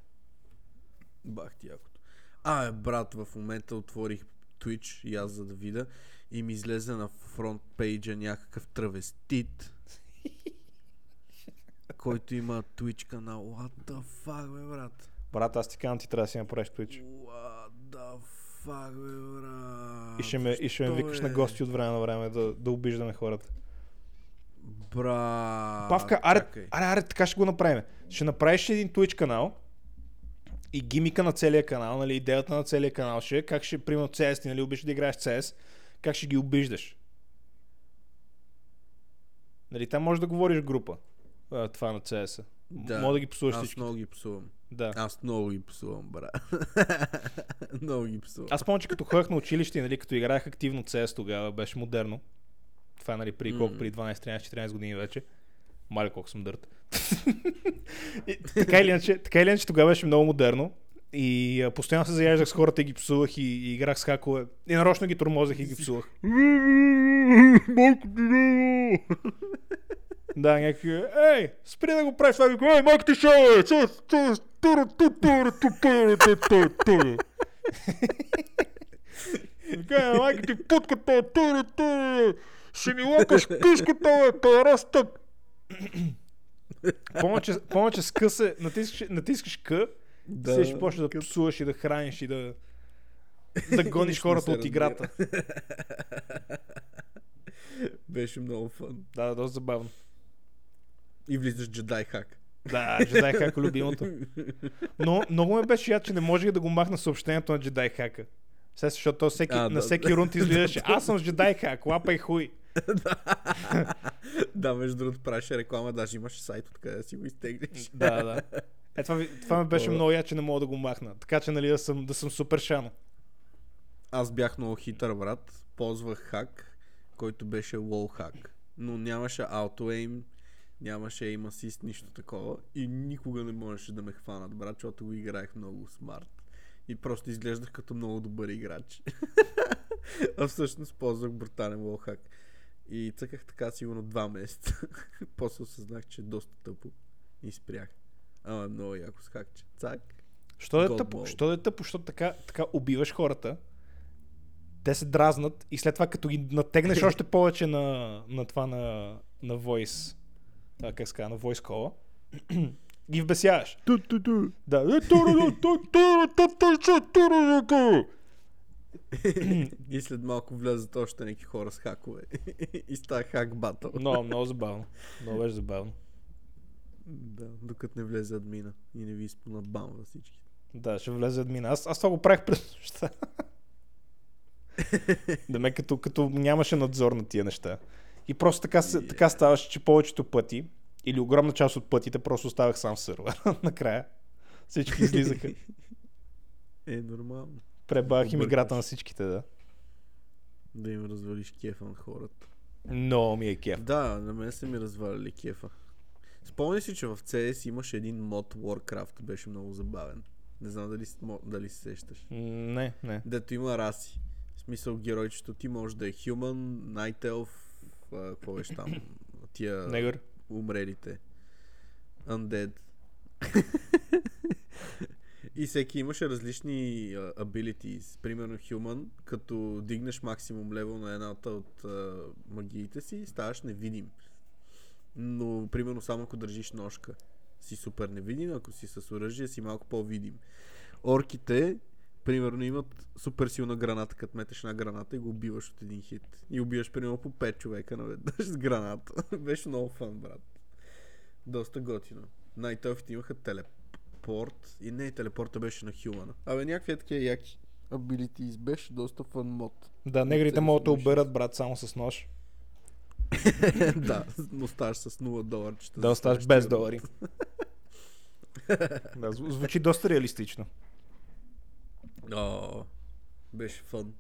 Speaker 2: Бах ти якото. А, е, брат, в момента отворих Twitch и аз за да видя и ми излезе на фронт пейджа някакъв травестит, който има Twitch канал. What the fuck, бе, брат?
Speaker 1: Брат, аз ти казвам, ти трябва да си направиш Twitch.
Speaker 2: What the fuck, бе, брат?
Speaker 1: И ще ме, и ще ме
Speaker 2: Защо
Speaker 1: викаш на
Speaker 2: е?
Speaker 1: гости от време на време да, да обиждаме хората.
Speaker 2: Бра.
Speaker 1: Павка, аре,
Speaker 2: е, чакай.
Speaker 1: аре, аре, така ще го направим. Ще направиш един Twitch канал и гимика на целия канал, нали, идеята на целия канал ще е как ще, примерно CS, ти нали обичаш да играеш CS, как ще ги обиждаш. Нали, там можеш да говориш група, а, това на CS. Да.
Speaker 2: Да.
Speaker 1: Мога да ги псуваш
Speaker 2: Аз
Speaker 1: всички.
Speaker 2: много ги псувам.
Speaker 1: Да.
Speaker 2: Аз много ги псувам, бра. много ги псувам.
Speaker 1: Аз помня, че като ходях на училище, и, нали, като играех активно CS тогава, беше модерно. Това, нали, при колко,
Speaker 2: Мм.
Speaker 1: при 12, 13, 14 години вече. Мале колко съм дърт. И така или иначе, така или иначе тогава беше много модерно. И а, постоянно се заяждах с хората и ги псувах и, и играх с хакове. И нарочно ги тормозех и ги псувах.
Speaker 2: Малко ти
Speaker 1: Да, някакви, ей, спри да го правиш, това викам, ей, майка ти шо, е, шо, шо, тура, ту, тура, ту, тура, ту, тура, тура. Вика, «Е, майка ти путката, тура, тура, ще ми лакаш пишката, бе, тарастък. Помня, че- помня, че с К се, натискаш, натискаш К, да, ще почне да псуваш и да храниш и да, да гониш
Speaker 2: Нищо не
Speaker 1: хората
Speaker 2: се
Speaker 1: от играта.
Speaker 2: Беше много фан.
Speaker 1: Да, да, доста забавно.
Speaker 2: И влизаш джедай хак.
Speaker 1: Да, Jedi Hack е любимото. Но много ме беше яд, че не можех да го махна съобщението на Jedi Hack. Сега, защото то всеки,
Speaker 2: А,
Speaker 1: на
Speaker 2: да,
Speaker 1: всеки
Speaker 2: да.
Speaker 1: рунд излизаше. Аз съм с Jedi Hack, лапай хуй.
Speaker 2: да, между другото, правеше реклама, даже имаш сайт, откъде да си го изтеглиш.
Speaker 1: Да, да. Е, това, ви- това ме беше
Speaker 2: О.
Speaker 1: много яд, че не мога да го махна. Така че, нали, да съм, да съм супер шано.
Speaker 2: Аз бях много хитър, брат. Ползвах хак, който беше лол хак. Но нямаше auto aim, нямаше aim assist, нищо такова и никога не можеше да ме хванат, брат, защото го играех много смарт. И просто изглеждах като много добър играч. а всъщност ползвах брутален лохак. И цъках така сигурно два месеца. После осъзнах, че е доста тъпо. И спрях. Ама е много яко с хакче. Цак.
Speaker 1: Що да е
Speaker 2: God
Speaker 1: тъпо?
Speaker 2: mode.
Speaker 1: Що да е тъпо? Що така, така убиваш хората? Те се дразнат и след това като ги натегнеш още повече на, на това на, на voice, а, как ска, на voice call, ги вбесяваш.
Speaker 2: Ту-ту-ту.
Speaker 1: Да.
Speaker 2: И след малко влязат още някакви хора с хакове. и става хак батъл.
Speaker 1: Много, много забавно. Много беше забавно.
Speaker 2: Да, докато не влезе админа и не ви изпълна бамва всички.
Speaker 1: Да, ще влезе админа. Аз, аз това го правих през нощта. да ме като, като нямаше надзор на тия неща. И просто така, се, така ставаше, че повечето пъти, или огромна част от пътите, просто оставах сам в сървъра. Накрая всички излизаха.
Speaker 2: Е, нормално.
Speaker 1: Пребах им
Speaker 2: Объркаш.
Speaker 1: играта на всичките, да.
Speaker 2: Да им развалиш кефа на хората.
Speaker 1: Но ми е кеф.
Speaker 2: Да, на мен са ми разваляли кефа. Спомня си, че в CS имаше един мод Warcraft, беше много забавен. Не знам дали, с- мо- дали се сещаш.
Speaker 1: Не, не.
Speaker 2: Дето има раси. В смисъл геройчето ти може да е Human, Night Elf, а, какво беше там? Тия
Speaker 1: Негър.
Speaker 2: умрелите. Undead. и всеки имаше различни а, abilities. Примерно Human, като дигнеш максимум левел на едната от а, магиите си, ставаш невидим. Но, примерно, само ако държиш ножка, си супер невидим, ако си с оръжие, си малко по-видим. Орките, примерно, имат супер силна граната, като метеш една граната и го убиваш от един хит. И убиваш, примерно, по 5 човека наведнъж с граната. Беше много фан, брат. Доста готино. Най-тофите имаха телепорт. И не, телепорта беше на Хюмана. Абе, някакви е такива яки. Abilities беше доста фан мод.
Speaker 1: Да, негрите могат да оберат, брат, само с нож.
Speaker 2: да, но ставаш с 0 доларчета.
Speaker 1: Да оставаш без долари. да, зв- звучи доста реалистично.
Speaker 2: О, беше фън.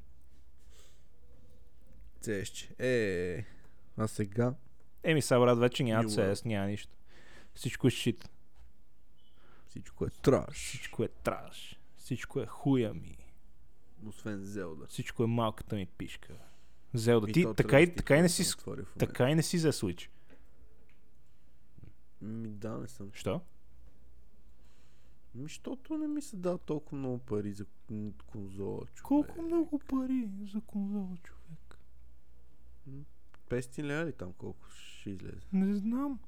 Speaker 2: Цещи. Е, а сега?
Speaker 1: Еми, сега, брат, вече няма
Speaker 2: New World.
Speaker 1: CS, няма нищо. Всичко е щит.
Speaker 2: Всичко е траш.
Speaker 1: Всичко е траш. Всичко е хуя ми.
Speaker 2: Освен Зелда.
Speaker 1: Всичко е малката ми пишка. Зелда,
Speaker 2: И
Speaker 1: ти
Speaker 2: то
Speaker 1: така и,
Speaker 2: трябва
Speaker 1: така и не
Speaker 2: да
Speaker 1: си,
Speaker 2: се отвори в момента.
Speaker 1: така и не си за Switch.
Speaker 2: Ми Ами да, не съм.
Speaker 1: Що?
Speaker 2: Ми, защото не ми се дава толкова много пари за кон- конзола, човек.
Speaker 1: Колко много пари за конзола, човек?
Speaker 2: 500 лева ли там колко ще излезе?
Speaker 1: Не знам.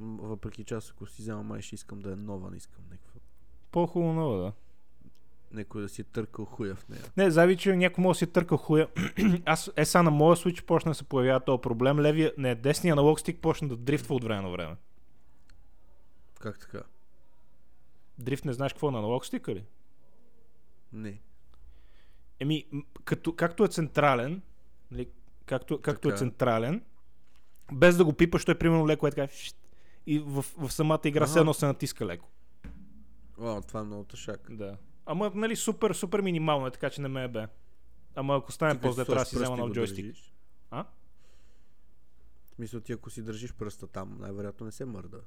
Speaker 2: М, Въпреки че аз ако си взема май ще искам да е нова, не искам някаква.
Speaker 1: По-хубаво нова, да.
Speaker 2: Някой да си е търкал хуя в нея.
Speaker 1: Не, зави, че някой може да си търка хуя. Аз е са на моя Switch почна да се появява този проблем. Левия, не, десния аналог стик почна да дрифтва от време на време.
Speaker 2: Как така?
Speaker 1: Дрифт не знаеш какво е на аналог стика ли?
Speaker 2: Не.
Speaker 1: Еми, м- като, както е централен, нали, както, както е
Speaker 2: Така.
Speaker 1: централен, без да го пипаш, той примерно леко е така. шшт, И в, в самата игра все
Speaker 2: Аха.
Speaker 1: едно се натиска леко.
Speaker 2: О, това е много тъшак.
Speaker 1: Да. Ама, нали, супер, супер минимално е, така че не ме е бе. Ама ако стане
Speaker 2: Ти
Speaker 1: по-зле,
Speaker 2: като
Speaker 1: трябва да
Speaker 2: сложиш
Speaker 1: си взема
Speaker 2: пръсти
Speaker 1: нов
Speaker 2: го
Speaker 1: джойстик.
Speaker 2: държиш.
Speaker 1: А?
Speaker 2: В смисъл ти ако си държиш пръста там, най-вероятно не се мърда.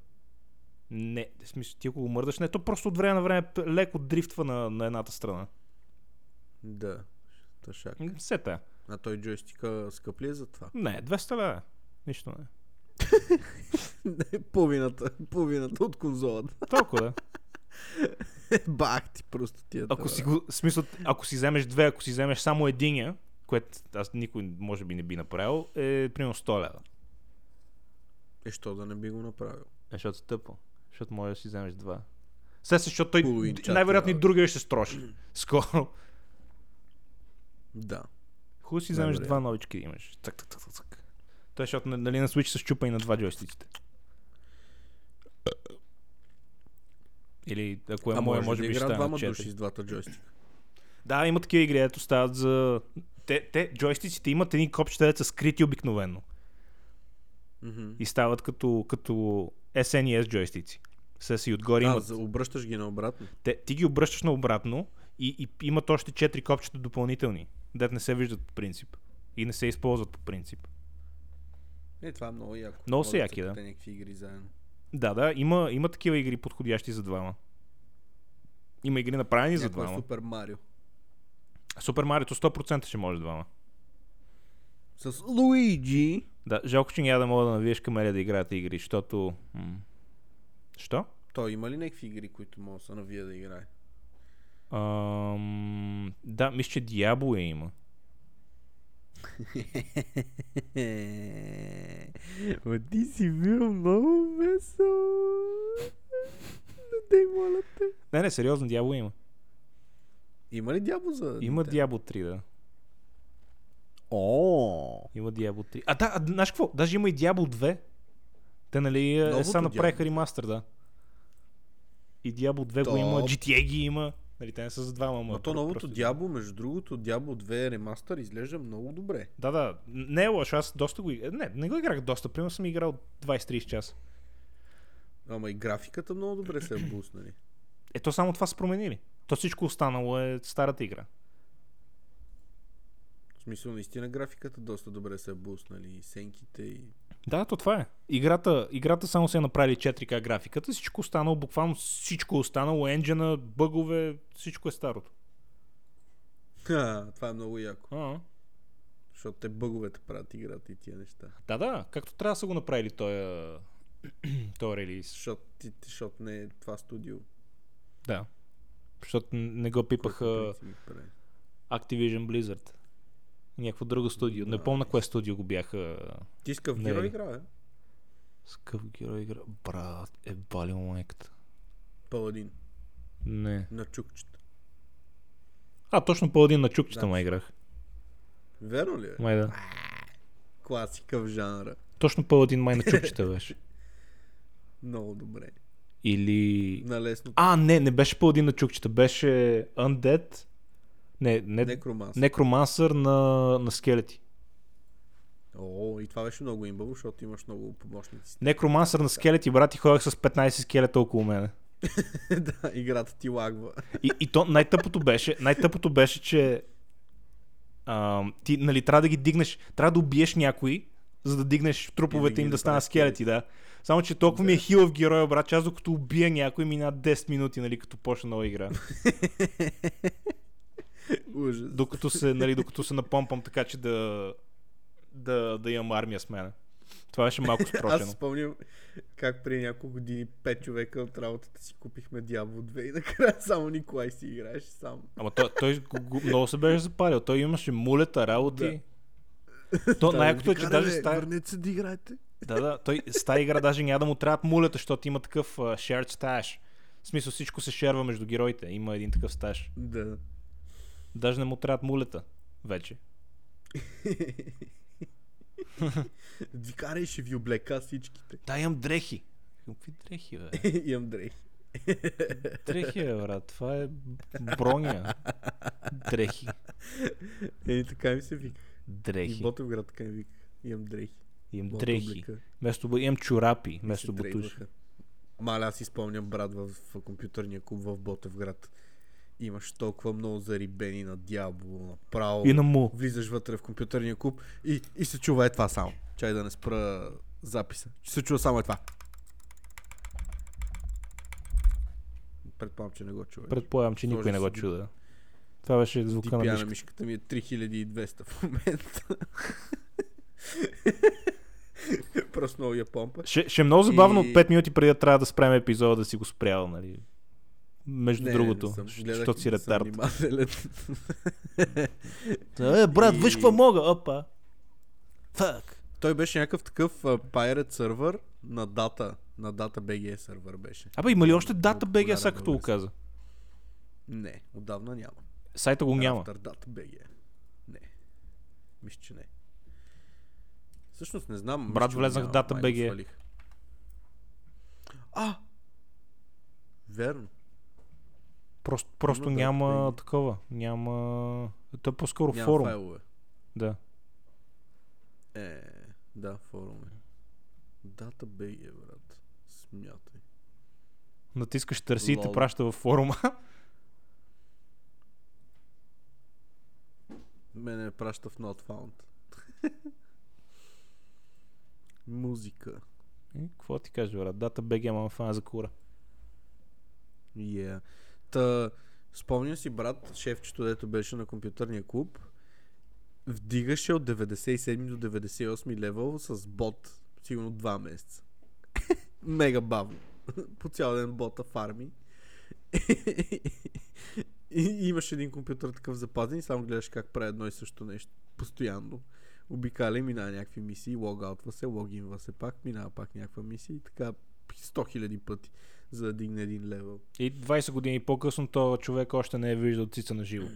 Speaker 1: Не, в смисъл, ти ако го мърдаш, не, то просто от време на време п- леко дрифтва на, на едната страна.
Speaker 2: Да. Тъшак.
Speaker 1: М, Все тая.
Speaker 2: А той джойстика скъп ли е за това?
Speaker 1: е. Не, 200 лева. е. Нищо не. е.
Speaker 2: Не, половината, половината от конзолата.
Speaker 1: Толкова да. е.
Speaker 2: Бах ти просто тия.
Speaker 1: Ако си, го, в смисъл, ако си вземеш две, ако си вземеш само единия, което аз никой може би не би направил, е примерно 100 лева.
Speaker 2: Е, що да не би го направил?
Speaker 1: Защото е тъпо. Защото може да си вземеш два. Се, защото той
Speaker 2: Половин чат
Speaker 1: най-вероятно и
Speaker 2: трябва.
Speaker 1: другия ще строши. Скоро.
Speaker 2: Да.
Speaker 1: Хубаво си вземеш два
Speaker 2: Най-вероятно.
Speaker 1: новички да имаш. Цък, цък, цък, цък, цък. Той, защото нали, на Switch се щупа и на два джойстиците. Или ако е
Speaker 2: а
Speaker 1: моя,
Speaker 2: може,
Speaker 1: може
Speaker 2: да
Speaker 1: би ще
Speaker 2: играят
Speaker 1: стане на
Speaker 2: двама
Speaker 1: четири.
Speaker 2: души с двата джойстика.
Speaker 1: Да, има такива игри, ето стават за... Те, те джойстиците имат едни копчета, дето са скрити обикновено.
Speaker 2: Мгм.
Speaker 1: И стават като, като SNES джойстици. Са си отгоре
Speaker 2: А,
Speaker 1: имат...
Speaker 2: за, обръщаш ги наобратно.
Speaker 1: Те, ти ги обръщаш наобратно и, и имат още 4 копчета допълнителни, дет не се виждат по принцип. И не се използват по принцип.
Speaker 2: Е, това е много яко.
Speaker 1: Много
Speaker 2: Може
Speaker 1: са яки,
Speaker 2: цъкате
Speaker 1: да.
Speaker 2: някакви игри заедно.
Speaker 1: Да, да, има, има такива игри подходящи за двама. Има игри направени за
Speaker 2: Някой
Speaker 1: двама.
Speaker 2: Супер Марио.
Speaker 1: Супер Мариото 100% ще може двама.
Speaker 2: С Луиджи.
Speaker 1: Да, жалко, че няма да мога да навиеш камеря да играете игри, защото... м, Що?
Speaker 2: Той има ли някакви игри, които може да се навие да играе?
Speaker 1: Ам... Да, мисля, че Диабло я има.
Speaker 2: Ма ти си бил много весел. Не дай моля те.
Speaker 1: Не, не, сериозно, Диабло има.
Speaker 2: Има ли дявол за...
Speaker 1: Има
Speaker 2: Nintendo?
Speaker 1: Диабло 3, да.
Speaker 2: О,
Speaker 1: Има Diablo 3. А да, а, знаеш какво? Даже има и Diablo 2. Те нали е,
Speaker 2: Новото
Speaker 1: са направиха ремастър, да. И Diablo 2 го
Speaker 2: Топ.
Speaker 1: има, GTA ги има. Нали, те не са за двама, ма.
Speaker 2: Ма то новото Дявол, между другото, Дявол 2 ремастър изглежда много добре.
Speaker 1: Да, да. Не е лошо, аз доста го... иг- Не, не го играх доста. Примерно съм играл 20-30 часа.
Speaker 2: Ама и графиката много добре се е буснали.
Speaker 1: Е, то само това са променили. То всичко останало е старата игра.
Speaker 2: В смисъл, наистина графиката доста добре се е буснали. И сенките и...
Speaker 1: Да, то това е. Играта, играта само се е направили 4К графиката, всичко останало, буквално всичко останало, енджена, бъгове, всичко е старото.
Speaker 2: Ха, това е много яко.
Speaker 1: А,
Speaker 2: Защото те бъговете правят играта и тия неща.
Speaker 1: да, да, както трябва да са го направили този този релиз.
Speaker 2: Защото, ти- защото не е това студио.
Speaker 1: Да. Защото н- не го пипаха
Speaker 2: което по принцип е прави.
Speaker 1: Activision Blizzard. Някакво друго студио. Не помня кое студио го бяха.
Speaker 2: Ти с Къв
Speaker 1: Не.
Speaker 2: Геро игра, е?
Speaker 1: Скъп герой игра. Брат, е бали майката.
Speaker 2: Паладин.
Speaker 1: Не.
Speaker 2: На чукчета.
Speaker 1: А, точно по един на чукчета
Speaker 2: Да.
Speaker 1: ма играх.
Speaker 2: Верно ли е?
Speaker 1: Май да.
Speaker 2: Класика в жанра.
Speaker 1: Точно по един май на чукчета беше.
Speaker 2: Много добре.
Speaker 1: Или...
Speaker 2: На лесно.
Speaker 1: А, не, не беше по един на чукчета, беше Undead. Не, не,
Speaker 2: Некроманс.
Speaker 1: Некромансър на, на скелети.
Speaker 2: О, и това беше много имбаво, защото имаш много помощници.
Speaker 1: Некромансър на скелети, брат, и ходех с 15 скелета около мене.
Speaker 2: да, играта ти лагва.
Speaker 1: И, и то най-тъпото беше, най-тъпото беше, че а, ти нали, трябва да ги дигнеш, трябва да убиеш някои, за да дигнеш
Speaker 2: И да
Speaker 1: труповете
Speaker 2: ги
Speaker 1: им да
Speaker 2: направиш
Speaker 1: станат скелети, да. Само, че толкова ми е хилъв героя, брат, че аз докато убия някой, мина 10 минути, нали, като почна нова игра.
Speaker 2: Ужас.
Speaker 1: Докато се, нали, докато се напомпам така, че да, да, да имам армия с мене. Това беше малко
Speaker 2: Аз си
Speaker 1: спрошено.
Speaker 2: спомням как при няколко години пет човека от работата си купихме Diablo 2 и накрая само Николай си играеше сам.
Speaker 1: Ама той, той го- го- много се беше запалил. Той имаше мулета работи. То най-якото е, че даже стая...
Speaker 2: Върнете се да играете.
Speaker 1: Да, да, той с тази игра даже няма да му трябват мулета, защото има такъв uh, shared stash. В смисъл всичко се шерва между героите. Има един такъв стаж.
Speaker 2: Да.
Speaker 1: Даже не му трябват мулета вече.
Speaker 2: Ви карай, ще ви облека всичките.
Speaker 1: Да, имам дрехи. Какви дрехи, бе?
Speaker 2: Имам дрехи.
Speaker 1: Дрехи, бе, брат. Това е броня. Дрехи.
Speaker 2: Е, така ми се вика. И
Speaker 1: Дрехи.
Speaker 2: Ботевград така ми вика. Имам дрехи.
Speaker 1: Имам
Speaker 2: Моята
Speaker 1: дрехи.
Speaker 2: облека.
Speaker 1: Вместо, бу- имам чорапи, вместо
Speaker 2: Се
Speaker 1: бутуши.
Speaker 2: трейдваха. Маля, аз си спомням, брат, в, в компютърния клуб в Ботевград. Имаш толкова много зарибени на дявол, направо.
Speaker 1: И на му.
Speaker 2: Влизаш вътре в компютърния клуб и, и се чува е това само. Чай да не спра записа. Ще се чува само е това. Предполагам, че не го чува.
Speaker 1: Предполагам, че никой
Speaker 2: Сложи
Speaker 1: не го
Speaker 2: си ди-
Speaker 1: чуда. Това беше звука на
Speaker 2: Дипя на
Speaker 1: мишка.
Speaker 2: мишката ми е 3200 в момента. Просто много я помпа.
Speaker 1: Ще, ще е много забавно
Speaker 2: И-
Speaker 1: 5 минути преди да трябва да спрем епизода да си го спрял, нали? Между другото,
Speaker 2: не съм. Гледах,
Speaker 1: защото си
Speaker 2: не съм
Speaker 1: ретард.
Speaker 2: внимателен.
Speaker 1: Е, брат, виж
Speaker 2: И-
Speaker 1: какво мога, опа. Фак.
Speaker 2: Той беше някакъв такъв а, Pirate сервер на дата. На дата BG сервер беше.
Speaker 1: Абе, има ли още дата BG,
Speaker 2: популярен
Speaker 1: сега като го
Speaker 2: български.
Speaker 1: каза?
Speaker 2: Не, отдавна няма.
Speaker 1: Сайта го няма.
Speaker 2: After data BG. Не. Мисля, че не. Всъщност не знам. мисля,
Speaker 1: Брат,
Speaker 2: че го
Speaker 1: влезнах в
Speaker 2: няма,
Speaker 1: дата
Speaker 2: май го
Speaker 1: BG.
Speaker 2: свалих. А! Верно.
Speaker 1: Просто, просто
Speaker 2: Има дата
Speaker 1: няма
Speaker 2: BG.
Speaker 1: такова. Няма... То е по-скоро
Speaker 2: Няма
Speaker 1: форум.
Speaker 2: файлове.
Speaker 1: Да.
Speaker 2: Е, да, форум е. Дата BG, брат. Смятай.
Speaker 1: Натискаш търси и те
Speaker 2: Лол.
Speaker 1: праща във форума.
Speaker 2: Мене праща в Not Found. Музика.
Speaker 1: И какво ти кажа, брат? Дата BG, ама фана за кура.
Speaker 2: Yeah. Та, спомням си брат, шефчето, дето беше на компютърния клуб, вдигаше от 97 до 98 левел с бот, сигурно 2 месеца. Мега бавно. По цял ден бота фарми. и, и имаш един компютър такъв запазен и само гледаш как прави едно и също нещо. Постоянно. Обикаля и минава някакви мисии, логаутва се, логинва се пак, минава пак някаква мисия и така 100 000 пъти, за да дигне един левел.
Speaker 1: И 20 години по-късно този човек още не е виждал цица на живо.